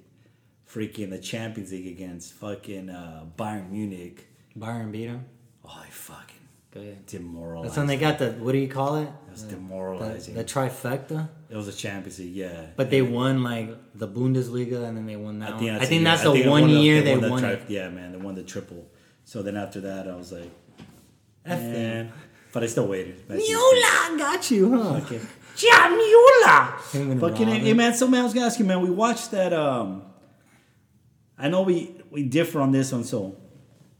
[SPEAKER 2] freaking the Champions League against fucking uh, Bayern Munich.
[SPEAKER 1] Bayern beat them.
[SPEAKER 2] Oh, I fucking
[SPEAKER 1] Good.
[SPEAKER 2] demoralized.
[SPEAKER 1] That's when they got the what do you call it?
[SPEAKER 2] It was
[SPEAKER 1] The,
[SPEAKER 2] demoralizing.
[SPEAKER 1] the trifecta.
[SPEAKER 2] it was a Champions League, yeah.
[SPEAKER 1] But they won like the Bundesliga, and then they won that. one. I think,
[SPEAKER 2] the year-
[SPEAKER 1] that's
[SPEAKER 2] I
[SPEAKER 1] the
[SPEAKER 2] think it
[SPEAKER 1] one
[SPEAKER 2] won
[SPEAKER 1] year
[SPEAKER 2] it
[SPEAKER 1] they
[SPEAKER 2] the
[SPEAKER 1] won.
[SPEAKER 2] tri-
[SPEAKER 1] it.
[SPEAKER 2] Yeah, man, they won the triple. So then after that, I was like,
[SPEAKER 1] F them.
[SPEAKER 2] man. But I still waited.
[SPEAKER 1] Mula got you, huh?
[SPEAKER 2] Oh, Okay.
[SPEAKER 1] Yeah, Mula.
[SPEAKER 2] Fucking hey, man, somebody else gonna ask you, man. We watched that. um I know we we differ on this one, so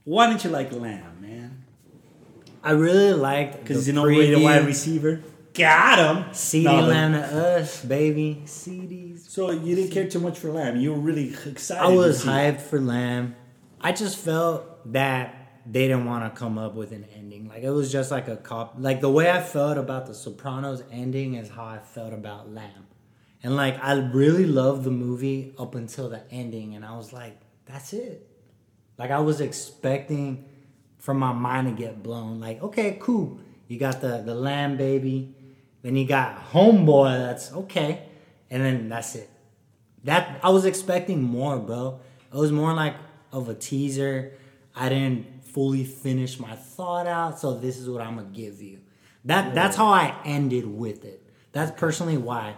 [SPEAKER 2] why didn't you like Lamb, man?
[SPEAKER 1] I really liked
[SPEAKER 2] Because
[SPEAKER 1] the
[SPEAKER 2] you know we the
[SPEAKER 1] preview.
[SPEAKER 2] wide receiver. Got him.
[SPEAKER 1] CD
[SPEAKER 2] No, but-
[SPEAKER 1] Lamb to us, baby. CDs.
[SPEAKER 2] So you didn't care too much for Lamb. You were really excited.
[SPEAKER 1] I
[SPEAKER 2] to
[SPEAKER 1] was
[SPEAKER 2] see-
[SPEAKER 1] hyped for Lamb. I just felt that they didn't want to come up with an ending. Like it was just like a cop. Like the way I felt about The Sopranos ending is how I felt about Lamb. And like I really loved the movie up until the ending, and I was like, that's it. Like I was expecting for my mind to get blown. Like, okay, cool. You got the the lamb baby, then you got homeboy. That's okay, and then that's it. That I was expecting more, bro. It was more like of a teaser. I didn't fully finish my thought out, so this is what I'm gonna give you. That that's how I ended with it. That's personally why.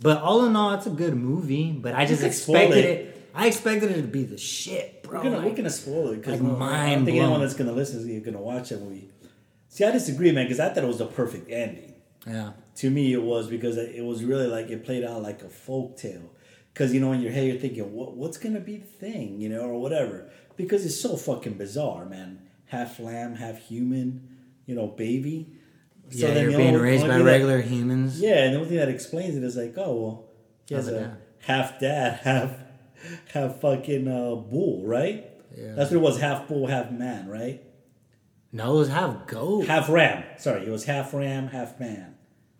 [SPEAKER 1] But all in all, it's a good movie. But I just
[SPEAKER 2] could spoil
[SPEAKER 1] expected
[SPEAKER 2] it.
[SPEAKER 1] it. I expected it to be the shit, bro.
[SPEAKER 2] We're gonna,
[SPEAKER 1] Like,
[SPEAKER 2] we're gonna spoil it because
[SPEAKER 1] like
[SPEAKER 2] I don't
[SPEAKER 1] mind
[SPEAKER 2] think anyone
[SPEAKER 1] blown.
[SPEAKER 2] that's gonna listen is gonna watch that movie. See, I disagree, man, because I thought it was the perfect ending.
[SPEAKER 1] yeah.
[SPEAKER 2] to me it was because it was really like it played out like a folk tale because you know in your head you're thinking what what's gonna be the thing you know or whatever because it's so fucking bizarre man half lamb half human you know baby So
[SPEAKER 1] yeah,
[SPEAKER 2] then
[SPEAKER 1] you're
[SPEAKER 2] the
[SPEAKER 1] being
[SPEAKER 2] only-
[SPEAKER 1] raised
[SPEAKER 2] only
[SPEAKER 1] by
[SPEAKER 2] thing that-
[SPEAKER 1] regular humans.
[SPEAKER 2] yeah and the only thing that explains it is like oh well he has
[SPEAKER 1] Have a
[SPEAKER 2] a
[SPEAKER 1] dad.
[SPEAKER 2] half dad half half fucking uh, bull right
[SPEAKER 1] Yeah.
[SPEAKER 2] that's what it was half bull half man right
[SPEAKER 1] No, it was half goat.
[SPEAKER 2] half ram sorry it was half ram half man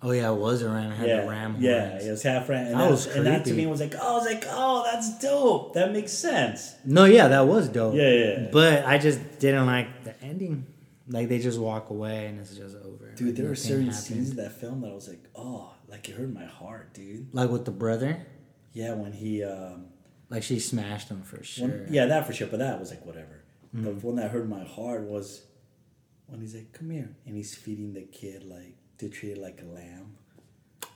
[SPEAKER 1] oh yeah, it was a ram. It had
[SPEAKER 2] yeah,
[SPEAKER 1] the ram
[SPEAKER 2] yeah,
[SPEAKER 1] horns.
[SPEAKER 2] it was half ram. And
[SPEAKER 1] That
[SPEAKER 2] that,
[SPEAKER 1] was
[SPEAKER 2] and that to
[SPEAKER 1] creepy.
[SPEAKER 2] me was like, oh, I was like, oh, that's dope. That makes sense.
[SPEAKER 1] No, yeah, that was dope.
[SPEAKER 2] Yeah, yeah, yeah.
[SPEAKER 1] But I just didn't like the ending. Like they just walk away and it's just over.
[SPEAKER 2] Dude,
[SPEAKER 1] Like,
[SPEAKER 2] there were
[SPEAKER 1] nothing
[SPEAKER 2] certain
[SPEAKER 1] happened.
[SPEAKER 2] scenes in that film that I was like, oh, like it hurt my heart, dude.
[SPEAKER 1] like with the brother.
[SPEAKER 2] Yeah, when he, um,
[SPEAKER 1] Like she smashed him for sure. Mm-hmm.
[SPEAKER 2] when, yeah, that for sure, but that was like whatever. The one that hurt my heart was when he's like, come here, and he's feeding the kid like to treat it like a lamb.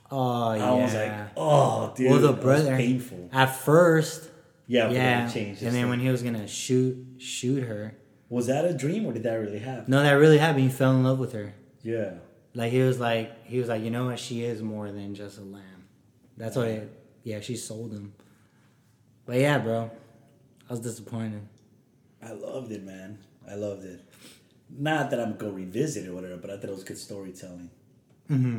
[SPEAKER 1] Oh yeah.
[SPEAKER 2] I was like, oh, dude,
[SPEAKER 1] well, the
[SPEAKER 2] that was
[SPEAKER 1] brother.
[SPEAKER 2] painful.
[SPEAKER 1] At first.
[SPEAKER 2] Yeah,
[SPEAKER 1] Yeah.
[SPEAKER 2] yeah. Changed
[SPEAKER 1] and then when he was gonna shoot shoot her.
[SPEAKER 2] was that a dream or did that really happen?
[SPEAKER 1] No, that really happened. He fell in love with her.
[SPEAKER 2] Yeah,
[SPEAKER 1] Like he was like he was like, you know what, she is more than just a lamb. That's what it yeah, she sold him. But yeah, bro. I was disappointed.
[SPEAKER 2] I loved it, man. I loved it. Not that I'm gonna go revisit it or whatever, but I thought it was good storytelling.
[SPEAKER 1] Mm-hmm.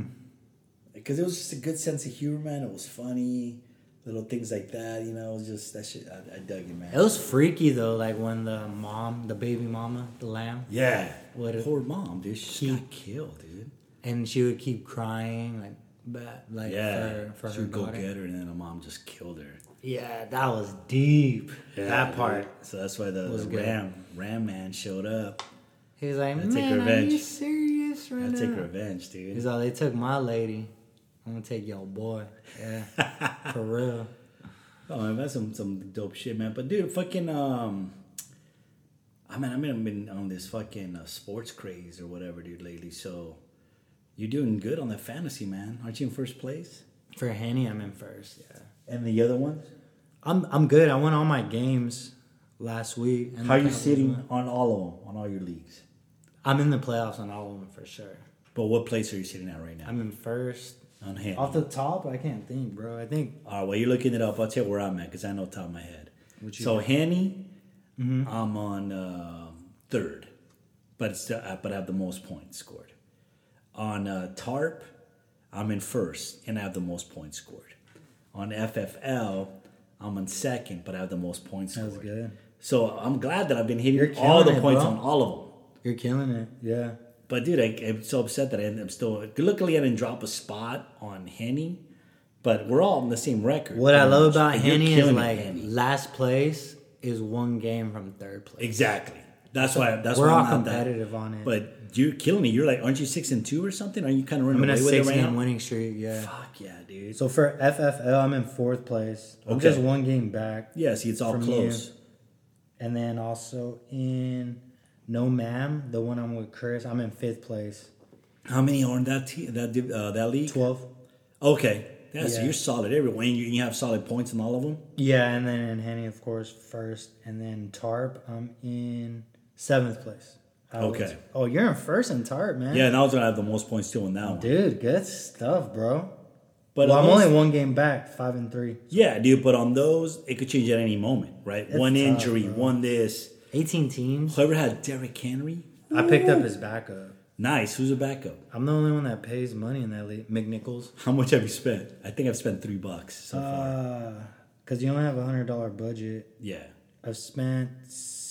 [SPEAKER 2] Because it was just a good sense of humor, man. It was funny, little things like that. You know, it was just that shit. I, I dug it, man.
[SPEAKER 1] It was freaky though, like when the mom, the baby mama, the lamb,
[SPEAKER 2] yeah.
[SPEAKER 1] What a-
[SPEAKER 2] Poor mom, dude. She just got killed, dude.
[SPEAKER 1] and she would keep crying like but like
[SPEAKER 2] Yeah.
[SPEAKER 1] for, for
[SPEAKER 2] she
[SPEAKER 1] her
[SPEAKER 2] would go
[SPEAKER 1] daughter.
[SPEAKER 2] get her, and then the mom just killed her.
[SPEAKER 1] Yeah, that was deep.
[SPEAKER 2] Yeah,
[SPEAKER 1] that
[SPEAKER 2] dude.
[SPEAKER 1] part.
[SPEAKER 2] So that's why the,
[SPEAKER 1] was
[SPEAKER 2] the
[SPEAKER 1] good.
[SPEAKER 2] ram ram man showed up.
[SPEAKER 1] He was like,
[SPEAKER 2] Gotta take
[SPEAKER 1] Man, are
[SPEAKER 2] revenge.
[SPEAKER 1] you serious right
[SPEAKER 2] I
[SPEAKER 1] now?
[SPEAKER 2] take revenge, dude.
[SPEAKER 1] He's like, they took my lady. I'm gonna take your boy. Yeah. for real.
[SPEAKER 2] Oh, man, that's some some dope shit, man. But dude, fucking um, I mean, I mean, I've been on this fucking uh, sports craze or whatever, dude, lately. So you're doing good on the fantasy, man. Aren't you in first place?
[SPEAKER 1] For Henny, I'm in first. Yeah.
[SPEAKER 2] And the other ones?
[SPEAKER 1] I'm I'm good. I won all my games last week. And
[SPEAKER 2] How are you
[SPEAKER 1] the playoffs
[SPEAKER 2] sitting
[SPEAKER 1] went.
[SPEAKER 2] on all of them, on all your leagues?
[SPEAKER 1] I'm in the playoffs on all of them for sure.
[SPEAKER 2] But what place are you sitting at right now?
[SPEAKER 1] I'm in first.
[SPEAKER 2] on him.
[SPEAKER 1] Off the top, I can't think, bro. I think
[SPEAKER 2] All right, well, you're looking it up. I'll tell you where I'm at because I know top of my head.
[SPEAKER 1] What you Mm-hmm.
[SPEAKER 2] so Henny, I'm on um third, but it's uh, but I have the most points scored. On uh, Tarp, I'm in first and I have the most points scored. On FFL, I'm in second, but I have the most points scored.
[SPEAKER 1] That's good.
[SPEAKER 2] So I'm glad that I've been hitting
[SPEAKER 1] You're
[SPEAKER 2] all the
[SPEAKER 1] killing it,
[SPEAKER 2] points
[SPEAKER 1] bro.
[SPEAKER 2] on all of them.
[SPEAKER 1] you're killing it. Yeah.
[SPEAKER 2] But dude, I, I'm so upset that I end up still. Luckily, I didn't drop a spot on Henny, but we're all on the same record.
[SPEAKER 1] What I
[SPEAKER 2] pretty
[SPEAKER 1] love
[SPEAKER 2] much.
[SPEAKER 1] about
[SPEAKER 2] But you're
[SPEAKER 1] Henny is
[SPEAKER 2] killing it,
[SPEAKER 1] like
[SPEAKER 2] Henny.
[SPEAKER 1] last place is one game from third place.
[SPEAKER 2] exactly. That's why. That's
[SPEAKER 1] We're
[SPEAKER 2] why
[SPEAKER 1] all
[SPEAKER 2] I'm not that-
[SPEAKER 1] competitive on it.
[SPEAKER 2] But you're killing me. You're like, aren't you six and two or something? Are you kind of
[SPEAKER 1] I'm
[SPEAKER 2] running
[SPEAKER 1] in a
[SPEAKER 2] away with it
[SPEAKER 1] six
[SPEAKER 2] right
[SPEAKER 1] game
[SPEAKER 2] now?
[SPEAKER 1] winning streak. Yeah.
[SPEAKER 2] Fuck yeah, dude.
[SPEAKER 1] So for FFL, I'm in fourth place. I'm
[SPEAKER 2] Okay.
[SPEAKER 1] just one game back.
[SPEAKER 2] yeah, see, it's all
[SPEAKER 1] From
[SPEAKER 2] close.
[SPEAKER 1] And then also in No Ma'am, the one I'm with Chris, I'm in fifth place.
[SPEAKER 2] How many are in that te- that div- uh, that league?
[SPEAKER 1] 12.
[SPEAKER 2] Okay, that's
[SPEAKER 1] Yeah.
[SPEAKER 2] you're solid everywhere. And you, you have solid points in all of them.
[SPEAKER 1] Yeah, and then in Henny, of course, first. And then Tarp, I'm in seventh place. I was-
[SPEAKER 2] Okay.
[SPEAKER 1] oh, you're in first in Tarp, man.
[SPEAKER 2] Yeah, and I was gonna have the most points too in that one.
[SPEAKER 1] Dude, good stuff, bro.
[SPEAKER 2] But
[SPEAKER 1] well,
[SPEAKER 2] on
[SPEAKER 1] I'm
[SPEAKER 2] those-
[SPEAKER 1] only one game back, five and three.
[SPEAKER 2] yeah, dude. But on those, it could change at any moment, right? one
[SPEAKER 1] tough,
[SPEAKER 2] injury,
[SPEAKER 1] bro.
[SPEAKER 2] one this.
[SPEAKER 1] 18 teams.
[SPEAKER 2] Whoever had Derrick Henry,
[SPEAKER 1] I picked up his backup.
[SPEAKER 2] nice. Who's a backup?
[SPEAKER 1] I'm the only one that pays money in that league. McNichols.
[SPEAKER 2] How much have you spent? I think I've spent three bucks so
[SPEAKER 1] Uh,
[SPEAKER 2] far.
[SPEAKER 1] Because you only have a $100 budget.
[SPEAKER 2] Yeah,
[SPEAKER 1] I've spent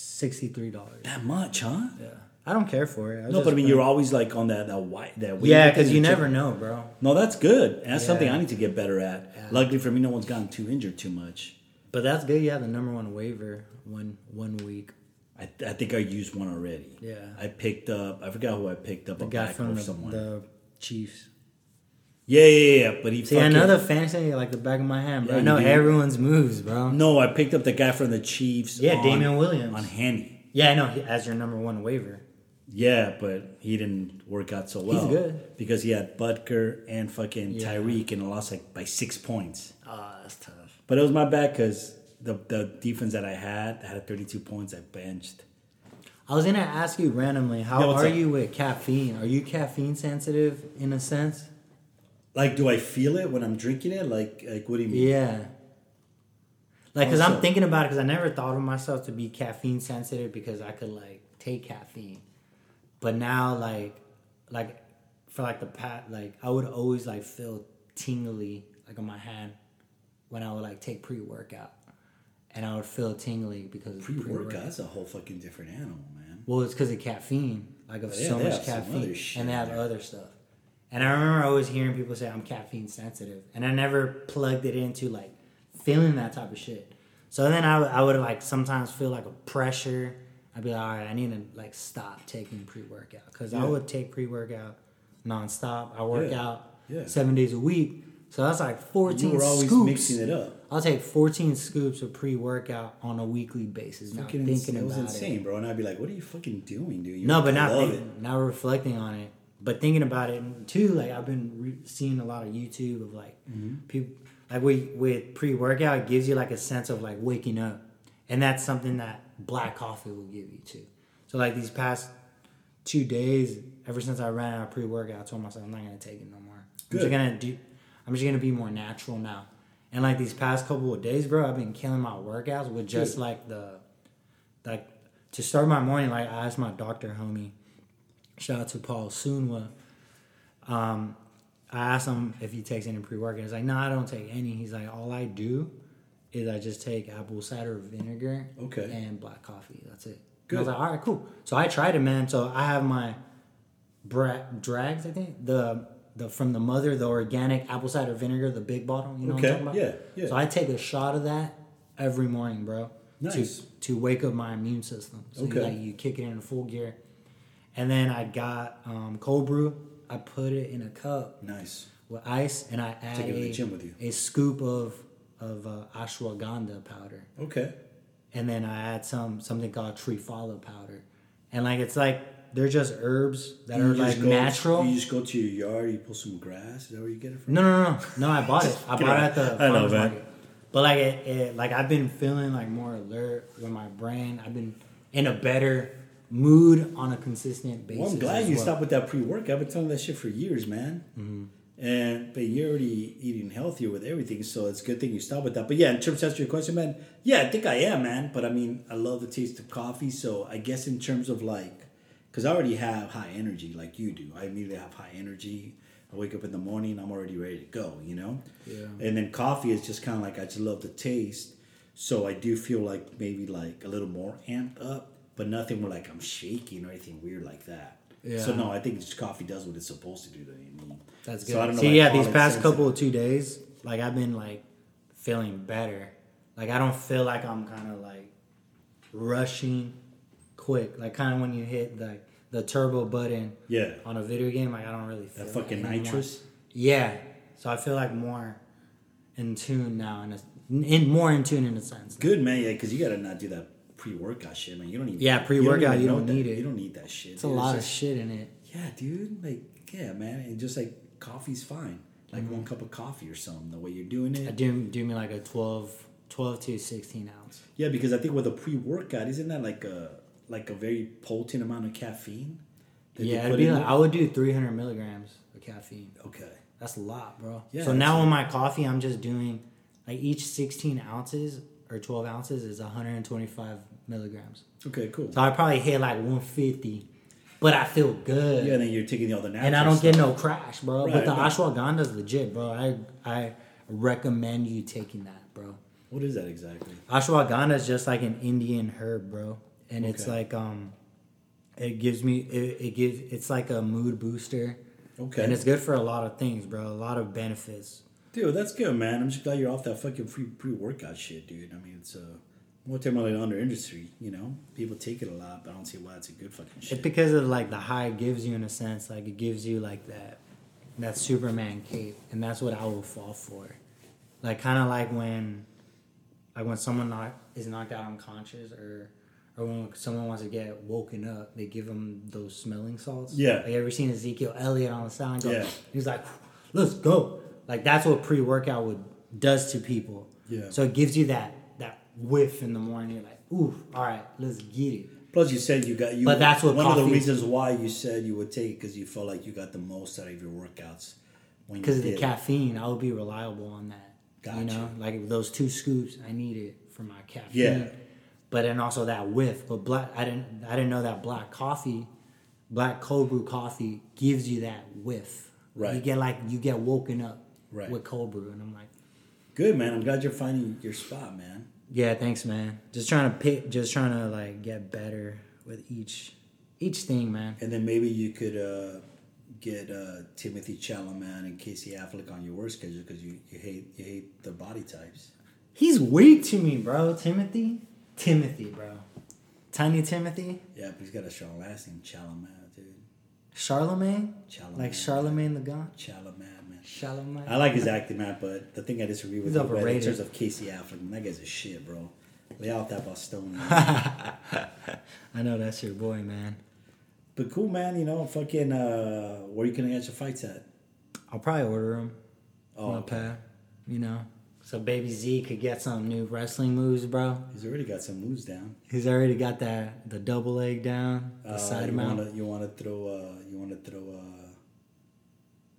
[SPEAKER 1] $63.
[SPEAKER 2] that much, huh?
[SPEAKER 1] Yeah. I don't care for it.
[SPEAKER 2] No, but I mean, you're always like on that that white that. wave
[SPEAKER 1] Yeah,
[SPEAKER 2] thing
[SPEAKER 1] because you
[SPEAKER 2] check-
[SPEAKER 1] never know, bro.
[SPEAKER 2] No, that's good. That's something
[SPEAKER 1] Yeah.
[SPEAKER 2] I need to get better at. Luckily for me, no one's gotten too injured too much.
[SPEAKER 1] But that's good. You have the number one waiver one one week.
[SPEAKER 2] I, I think I used one already.
[SPEAKER 1] Yeah.
[SPEAKER 2] I picked up. I forgot who I picked up.
[SPEAKER 1] The
[SPEAKER 2] a
[SPEAKER 1] guy
[SPEAKER 2] back
[SPEAKER 1] from
[SPEAKER 2] or
[SPEAKER 1] the,
[SPEAKER 2] someone.
[SPEAKER 1] the Chiefs.
[SPEAKER 2] yeah, yeah, yeah. But he.
[SPEAKER 1] See, I
[SPEAKER 2] fucking-
[SPEAKER 1] know the fantasy like the back of my hand, bro.
[SPEAKER 2] Yeah,
[SPEAKER 1] I
[SPEAKER 2] you
[SPEAKER 1] know
[SPEAKER 2] do.
[SPEAKER 1] everyone's moves, bro.
[SPEAKER 2] No, I picked up the guy from the Chiefs.
[SPEAKER 1] Yeah,
[SPEAKER 2] on-
[SPEAKER 1] Damian Williams.
[SPEAKER 2] on Hanny.
[SPEAKER 1] Yeah, I know he- as your number one waiver.
[SPEAKER 2] Yeah, but he didn't work out so well.
[SPEAKER 1] good.
[SPEAKER 2] because he had Butker and fucking
[SPEAKER 1] Yeah.
[SPEAKER 2] Tyreek, and lost like by six points.
[SPEAKER 1] Ah, that's tough.
[SPEAKER 2] But it was my bad because the the defense that I had, I had 32 points. I benched.
[SPEAKER 1] I was gonna ask you randomly, how
[SPEAKER 2] Yeah, what's
[SPEAKER 1] are
[SPEAKER 2] up?
[SPEAKER 1] you with caffeine? Are you caffeine sensitive in a sense?
[SPEAKER 2] Like, do I feel it when I'm drinking it? Like, like what do you mean?
[SPEAKER 1] Yeah. Like, cause
[SPEAKER 2] Also-
[SPEAKER 1] I'm thinking about it, cause I never thought of myself to be caffeine sensitive because I could like take caffeine, but now like, like for like the pat, like I would always like feel tingly like on my hand when I would like take pre workout, and I would feel tingly because
[SPEAKER 2] Pre workout, that's a whole fucking different animal, man.
[SPEAKER 1] Well, it's because of caffeine, like of
[SPEAKER 2] Yeah,
[SPEAKER 1] so
[SPEAKER 2] they
[SPEAKER 1] much
[SPEAKER 2] have some other
[SPEAKER 1] caffeine,
[SPEAKER 2] shit
[SPEAKER 1] and they have
[SPEAKER 2] there.
[SPEAKER 1] other stuff. And I remember always hearing people say I'm caffeine sensitive, and I never plugged it into like feeling that type of shit. So then I, would- I would like sometimes feel like a pressure. I'd be like, all right, I need to like stop taking pre workout because I
[SPEAKER 2] Yeah.
[SPEAKER 1] would take pre workout nonstop. I work
[SPEAKER 2] Yeah.
[SPEAKER 1] out
[SPEAKER 2] Yeah.
[SPEAKER 1] seven days a week, so that's like
[SPEAKER 2] You
[SPEAKER 1] fourteen
[SPEAKER 2] were always
[SPEAKER 1] scoops.
[SPEAKER 2] mixing it up.
[SPEAKER 1] I'll take fourteen scoops of pre workout on a weekly basis. Not
[SPEAKER 2] Fucking
[SPEAKER 1] thinking
[SPEAKER 2] ins- it
[SPEAKER 1] about
[SPEAKER 2] was
[SPEAKER 1] it.
[SPEAKER 2] insane, bro. And I'd be like, what are you fucking doing, dude? You're
[SPEAKER 1] No,
[SPEAKER 2] like,
[SPEAKER 1] but
[SPEAKER 2] I
[SPEAKER 1] not
[SPEAKER 2] love
[SPEAKER 1] thinking, not reflecting on it, but thinking about it and too. Like I've been re- seeing a lot of YouTube of like
[SPEAKER 2] Mm-hmm.
[SPEAKER 1] people like with with pre workout it gives you like a sense of like waking up, and that's something that black coffee will give you too. So like these past two days, ever since I ran out of pre workout, I told myself I'm not gonna take it no more. I'm
[SPEAKER 2] Good.
[SPEAKER 1] just gonna do. I'm just gonna be more natural now. And like these past couple of days, bro, I've been killing my workouts with just
[SPEAKER 2] Good.
[SPEAKER 1] like the like to start my morning, like I asked my doctor homie, shout out to Paul Sunwa. Um, I asked him if he takes any pre workout. He's like, no, I don't take any. He's like, all I do is I just take apple cider vinegar,
[SPEAKER 2] Okay.
[SPEAKER 1] and black coffee. That's it. And I was
[SPEAKER 2] Good.
[SPEAKER 1] like, all right, cool. So I tried it, man. So I have my bra- drags, I think the the from the mother, the organic apple cider vinegar, the big bottle. You know
[SPEAKER 2] Okay,
[SPEAKER 1] what I'm talking about?
[SPEAKER 2] yeah, yeah.
[SPEAKER 1] So I take a shot of that every morning, bro.
[SPEAKER 2] Nice.
[SPEAKER 1] To, to wake up my immune system. So
[SPEAKER 2] Okay.
[SPEAKER 1] okay. like you kick it into full gear. And then I got um, cold brew. I put it in a cup
[SPEAKER 2] it. Nice.
[SPEAKER 1] with ice, and I add
[SPEAKER 2] Take it to the
[SPEAKER 1] a,
[SPEAKER 2] gym with you.
[SPEAKER 1] a scoop of of uh, ashwagandha powder
[SPEAKER 2] Okay.
[SPEAKER 1] and then I add some something called tree follow powder, and like it's like they're just herbs that
[SPEAKER 2] You
[SPEAKER 1] are
[SPEAKER 2] just
[SPEAKER 1] like
[SPEAKER 2] go-
[SPEAKER 1] natural.
[SPEAKER 2] You
[SPEAKER 1] No,
[SPEAKER 2] just go to your yard, you pull some grass. Is that where you get it from?
[SPEAKER 1] no, no, no, no. I bought it. I bought
[SPEAKER 2] Get
[SPEAKER 1] it
[SPEAKER 2] out.
[SPEAKER 1] at the
[SPEAKER 2] I know,
[SPEAKER 1] farmers
[SPEAKER 2] man.
[SPEAKER 1] market. But like it, it, like I've been feeling like more alert with my brain. I've been in a better mood on a consistent basis.
[SPEAKER 2] Well, I'm glad
[SPEAKER 1] as
[SPEAKER 2] you
[SPEAKER 1] well.
[SPEAKER 2] stopped with that pre work. I've been telling that shit for years, man. And but you're already eating healthier with everything, so it's a good thing you stopped with that. But yeah, in terms of answering your question, man, yeah, I think I am, man. But I mean, I love the taste of coffee, so I guess in terms of like, because I already have high energy, like you do. I immediately have high energy. I wake up in the morning, I'm already ready to go. You know.
[SPEAKER 1] Yeah.
[SPEAKER 2] And then coffee is just kind of like I just love the taste, so I do feel like maybe like a little more amped up, but nothing where like I'm shaking or anything weird like that. So
[SPEAKER 1] Yeah.
[SPEAKER 2] no, I think just coffee does what it's supposed to do. To me.
[SPEAKER 1] That's good.
[SPEAKER 2] So I don't know why
[SPEAKER 1] See, yeah,
[SPEAKER 2] I call
[SPEAKER 1] these
[SPEAKER 2] it
[SPEAKER 1] past
[SPEAKER 2] sensitive.
[SPEAKER 1] couple of two days, like I've been like feeling better. Like I don't feel like I'm kind of like rushing quick. Like kind of when you hit like the turbo button
[SPEAKER 2] Yeah.
[SPEAKER 1] on a video game. Like I don't really feel
[SPEAKER 2] That
[SPEAKER 1] it
[SPEAKER 2] fucking
[SPEAKER 1] anymore.
[SPEAKER 2] nitrous.
[SPEAKER 1] Yeah. So I feel like more in tune now, and in more in tune in a sense.
[SPEAKER 2] Good man, yeah, because you gotta not do that pre-workout shit, man. You don't even
[SPEAKER 1] Yeah, pre-workout,
[SPEAKER 2] even
[SPEAKER 1] you
[SPEAKER 2] know
[SPEAKER 1] don't
[SPEAKER 2] that-
[SPEAKER 1] need it.
[SPEAKER 2] You don't need that shit.
[SPEAKER 1] It's a
[SPEAKER 2] dude.
[SPEAKER 1] lot of
[SPEAKER 2] just-
[SPEAKER 1] shit in it.
[SPEAKER 2] Yeah, dude. Like, yeah, man. And just like coffee's fine. Like one cup of coffee or something. The way you're doing
[SPEAKER 1] Mm-hmm. I
[SPEAKER 2] it.
[SPEAKER 1] do do me like a 12, 12 to sixteen ounce.
[SPEAKER 2] Yeah, because I think with a pre-workout, isn't that like a like a very potent amount of caffeine? that they
[SPEAKER 1] yeah, it'd
[SPEAKER 2] put
[SPEAKER 1] be
[SPEAKER 2] in
[SPEAKER 1] like,
[SPEAKER 2] it?
[SPEAKER 1] I would do three hundred milligrams of caffeine.
[SPEAKER 2] okay.
[SPEAKER 1] That's a lot, bro.
[SPEAKER 2] Yeah,
[SPEAKER 1] so
[SPEAKER 2] that's
[SPEAKER 1] now on my coffee, I'm just doing like each 16 ounces or 12 ounces is 125 milligrams.
[SPEAKER 2] Okay, cool.
[SPEAKER 1] So I probably hit like 150, but I feel good.
[SPEAKER 2] Yeah, and then you're taking all the natural
[SPEAKER 1] and I don't
[SPEAKER 2] stuff.
[SPEAKER 1] get no crash, bro.
[SPEAKER 2] Right,
[SPEAKER 1] but the
[SPEAKER 2] right.
[SPEAKER 1] ashwagandha's legit, bro. I I recommend you taking that, bro.
[SPEAKER 2] What is that exactly?
[SPEAKER 1] Ashwagandha is just like an Indian herb, bro, and it's
[SPEAKER 2] Okay.
[SPEAKER 1] like um, it gives me it, it gives it's like a mood booster,
[SPEAKER 2] Okay.
[SPEAKER 1] and it's good for a lot of things, bro. A lot of benefits.
[SPEAKER 2] Dude, that's good, man. I'm just glad you're off that fucking free pre-workout shit, dude. I mean, it's uh, a multi-million dollar industry. You know, people take it a lot, but I don't see why it's a good fucking
[SPEAKER 1] It's
[SPEAKER 2] shit.
[SPEAKER 1] because of like the high it gives you in a sense, like it gives you like that that Superman cape, and that's what I will fall for. Like kind of like when like when someone knock, is knocked out unconscious or or when someone wants to get woken up, they give them those smelling salts.
[SPEAKER 2] Yeah.
[SPEAKER 1] Like you ever seen Ezekiel Elliott on the sound?
[SPEAKER 2] Yeah.
[SPEAKER 1] He's like, let's go. Like that's what pre workout would does to people.
[SPEAKER 2] Yeah.
[SPEAKER 1] So it gives you that that whiff in the morning. You're like, ooh, all right, let's get it.
[SPEAKER 2] Plus, you said you got you.
[SPEAKER 1] But that's what
[SPEAKER 2] one of the
[SPEAKER 1] coffee-
[SPEAKER 2] reasons why you said you would take it because you felt like you got the most out of your workouts when you
[SPEAKER 1] because of the
[SPEAKER 2] did.
[SPEAKER 1] caffeine, I would be reliable on that.
[SPEAKER 2] Gotcha.
[SPEAKER 1] You know, like those two scoops, I need it for my caffeine.
[SPEAKER 2] Yeah.
[SPEAKER 1] But and also that whiff. But black, I didn't, I didn't know that black coffee, black cold brew coffee gives you that whiff.
[SPEAKER 2] Right.
[SPEAKER 1] You get like you get woken up.
[SPEAKER 2] Right.
[SPEAKER 1] With cold brew, and I'm like,
[SPEAKER 2] Good man. I'm glad you're finding your spot, man.
[SPEAKER 1] yeah, thanks, man. Just trying to pick, just trying to like get better with each, each thing, man.
[SPEAKER 2] And then maybe you could uh, get uh, Timothy Chalamet and Casey Affleck on your work schedule because you, you hate you hate the body types.
[SPEAKER 1] He's weak to me, bro. Timothy, Timothy, bro. Tiny Timothy,
[SPEAKER 2] Yeah, but he's got a strong last name, Chalamet, dude.
[SPEAKER 1] Charlemagne.
[SPEAKER 2] Chalamet.
[SPEAKER 1] Like Charlemagne the God?
[SPEAKER 2] Chalamet, man.
[SPEAKER 1] Charlemagne.
[SPEAKER 2] I like his acting, man, but the thing I disagree with
[SPEAKER 1] He's
[SPEAKER 2] you about in
[SPEAKER 1] overrated.
[SPEAKER 2] terms of Casey Affleck, man, that guy's a shit, bro. Lay off that Bostonian.
[SPEAKER 1] I know that's your boy, man.
[SPEAKER 2] But cool, man. You know, fucking, uh, where you gonna get your fights at?
[SPEAKER 1] I'll probably order him.
[SPEAKER 2] Oh,
[SPEAKER 1] Oh,
[SPEAKER 2] okay.
[SPEAKER 1] You know? So Baby Z could get some new wrestling moves, bro.
[SPEAKER 2] He's already got some moves down.
[SPEAKER 1] He's already got that the double leg down, the
[SPEAKER 2] Uh,
[SPEAKER 1] side
[SPEAKER 2] you
[SPEAKER 1] mount.
[SPEAKER 2] Wanna, you want to throw? Uh, you want to throw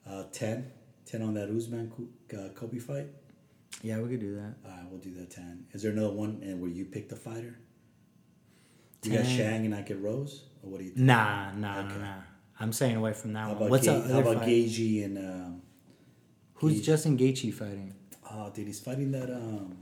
[SPEAKER 2] uh, uh, 10? 10 on that Usman Ku- uh, Kobe fight.
[SPEAKER 1] Yeah, we could do that.
[SPEAKER 2] Uh, we'll do that ten. Is there another one and where you pick the fighter? You got
[SPEAKER 1] 10.
[SPEAKER 2] Shang and I get Rose, or what do you think?
[SPEAKER 1] Nah, nah,
[SPEAKER 2] Okay.
[SPEAKER 1] nah, nah. I'm staying away from that
[SPEAKER 2] How
[SPEAKER 1] one.
[SPEAKER 2] about
[SPEAKER 1] What's
[SPEAKER 2] Ga-
[SPEAKER 1] up?
[SPEAKER 2] How about Gagey and? Um,
[SPEAKER 1] Who's Justin Gaethje fighting?
[SPEAKER 2] oh, dude, he's fighting that. Um,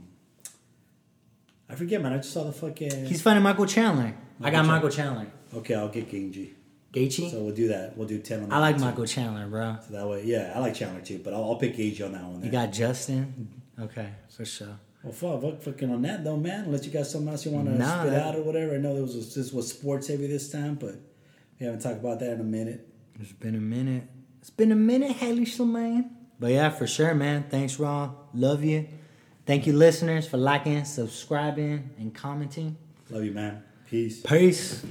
[SPEAKER 2] I forget, man. I just saw the fucking.
[SPEAKER 1] He's fighting Michael Chandler. I got
[SPEAKER 2] Michael
[SPEAKER 1] Michael Chandler.
[SPEAKER 2] okay, I'll get Gagey.
[SPEAKER 1] Gaethje?
[SPEAKER 2] So we'll do that. We'll do ten on. That
[SPEAKER 1] I like
[SPEAKER 2] one, too.
[SPEAKER 1] Michael Chandler, bro.
[SPEAKER 2] So that way, yeah, I like Chandler too, but I'll, I'll pick Gage on that one.
[SPEAKER 1] You
[SPEAKER 2] Then.
[SPEAKER 1] got Justin? Okay, for sure.
[SPEAKER 2] well, fuck, fuck, fucking on that though, man. Unless you got something else you want to
[SPEAKER 1] Nah,
[SPEAKER 2] spit
[SPEAKER 1] that-
[SPEAKER 2] out or whatever. I know there was this was sports heavy this time, but we haven't talked about that in a minute.
[SPEAKER 1] It's been a minute. It's been a minute, Haley Shalmaine. But yeah, for sure, man. Thanks, Ron. Love you. Thank you, listeners, for liking, subscribing, and commenting.
[SPEAKER 2] Love you, man. Peace.
[SPEAKER 1] Peace.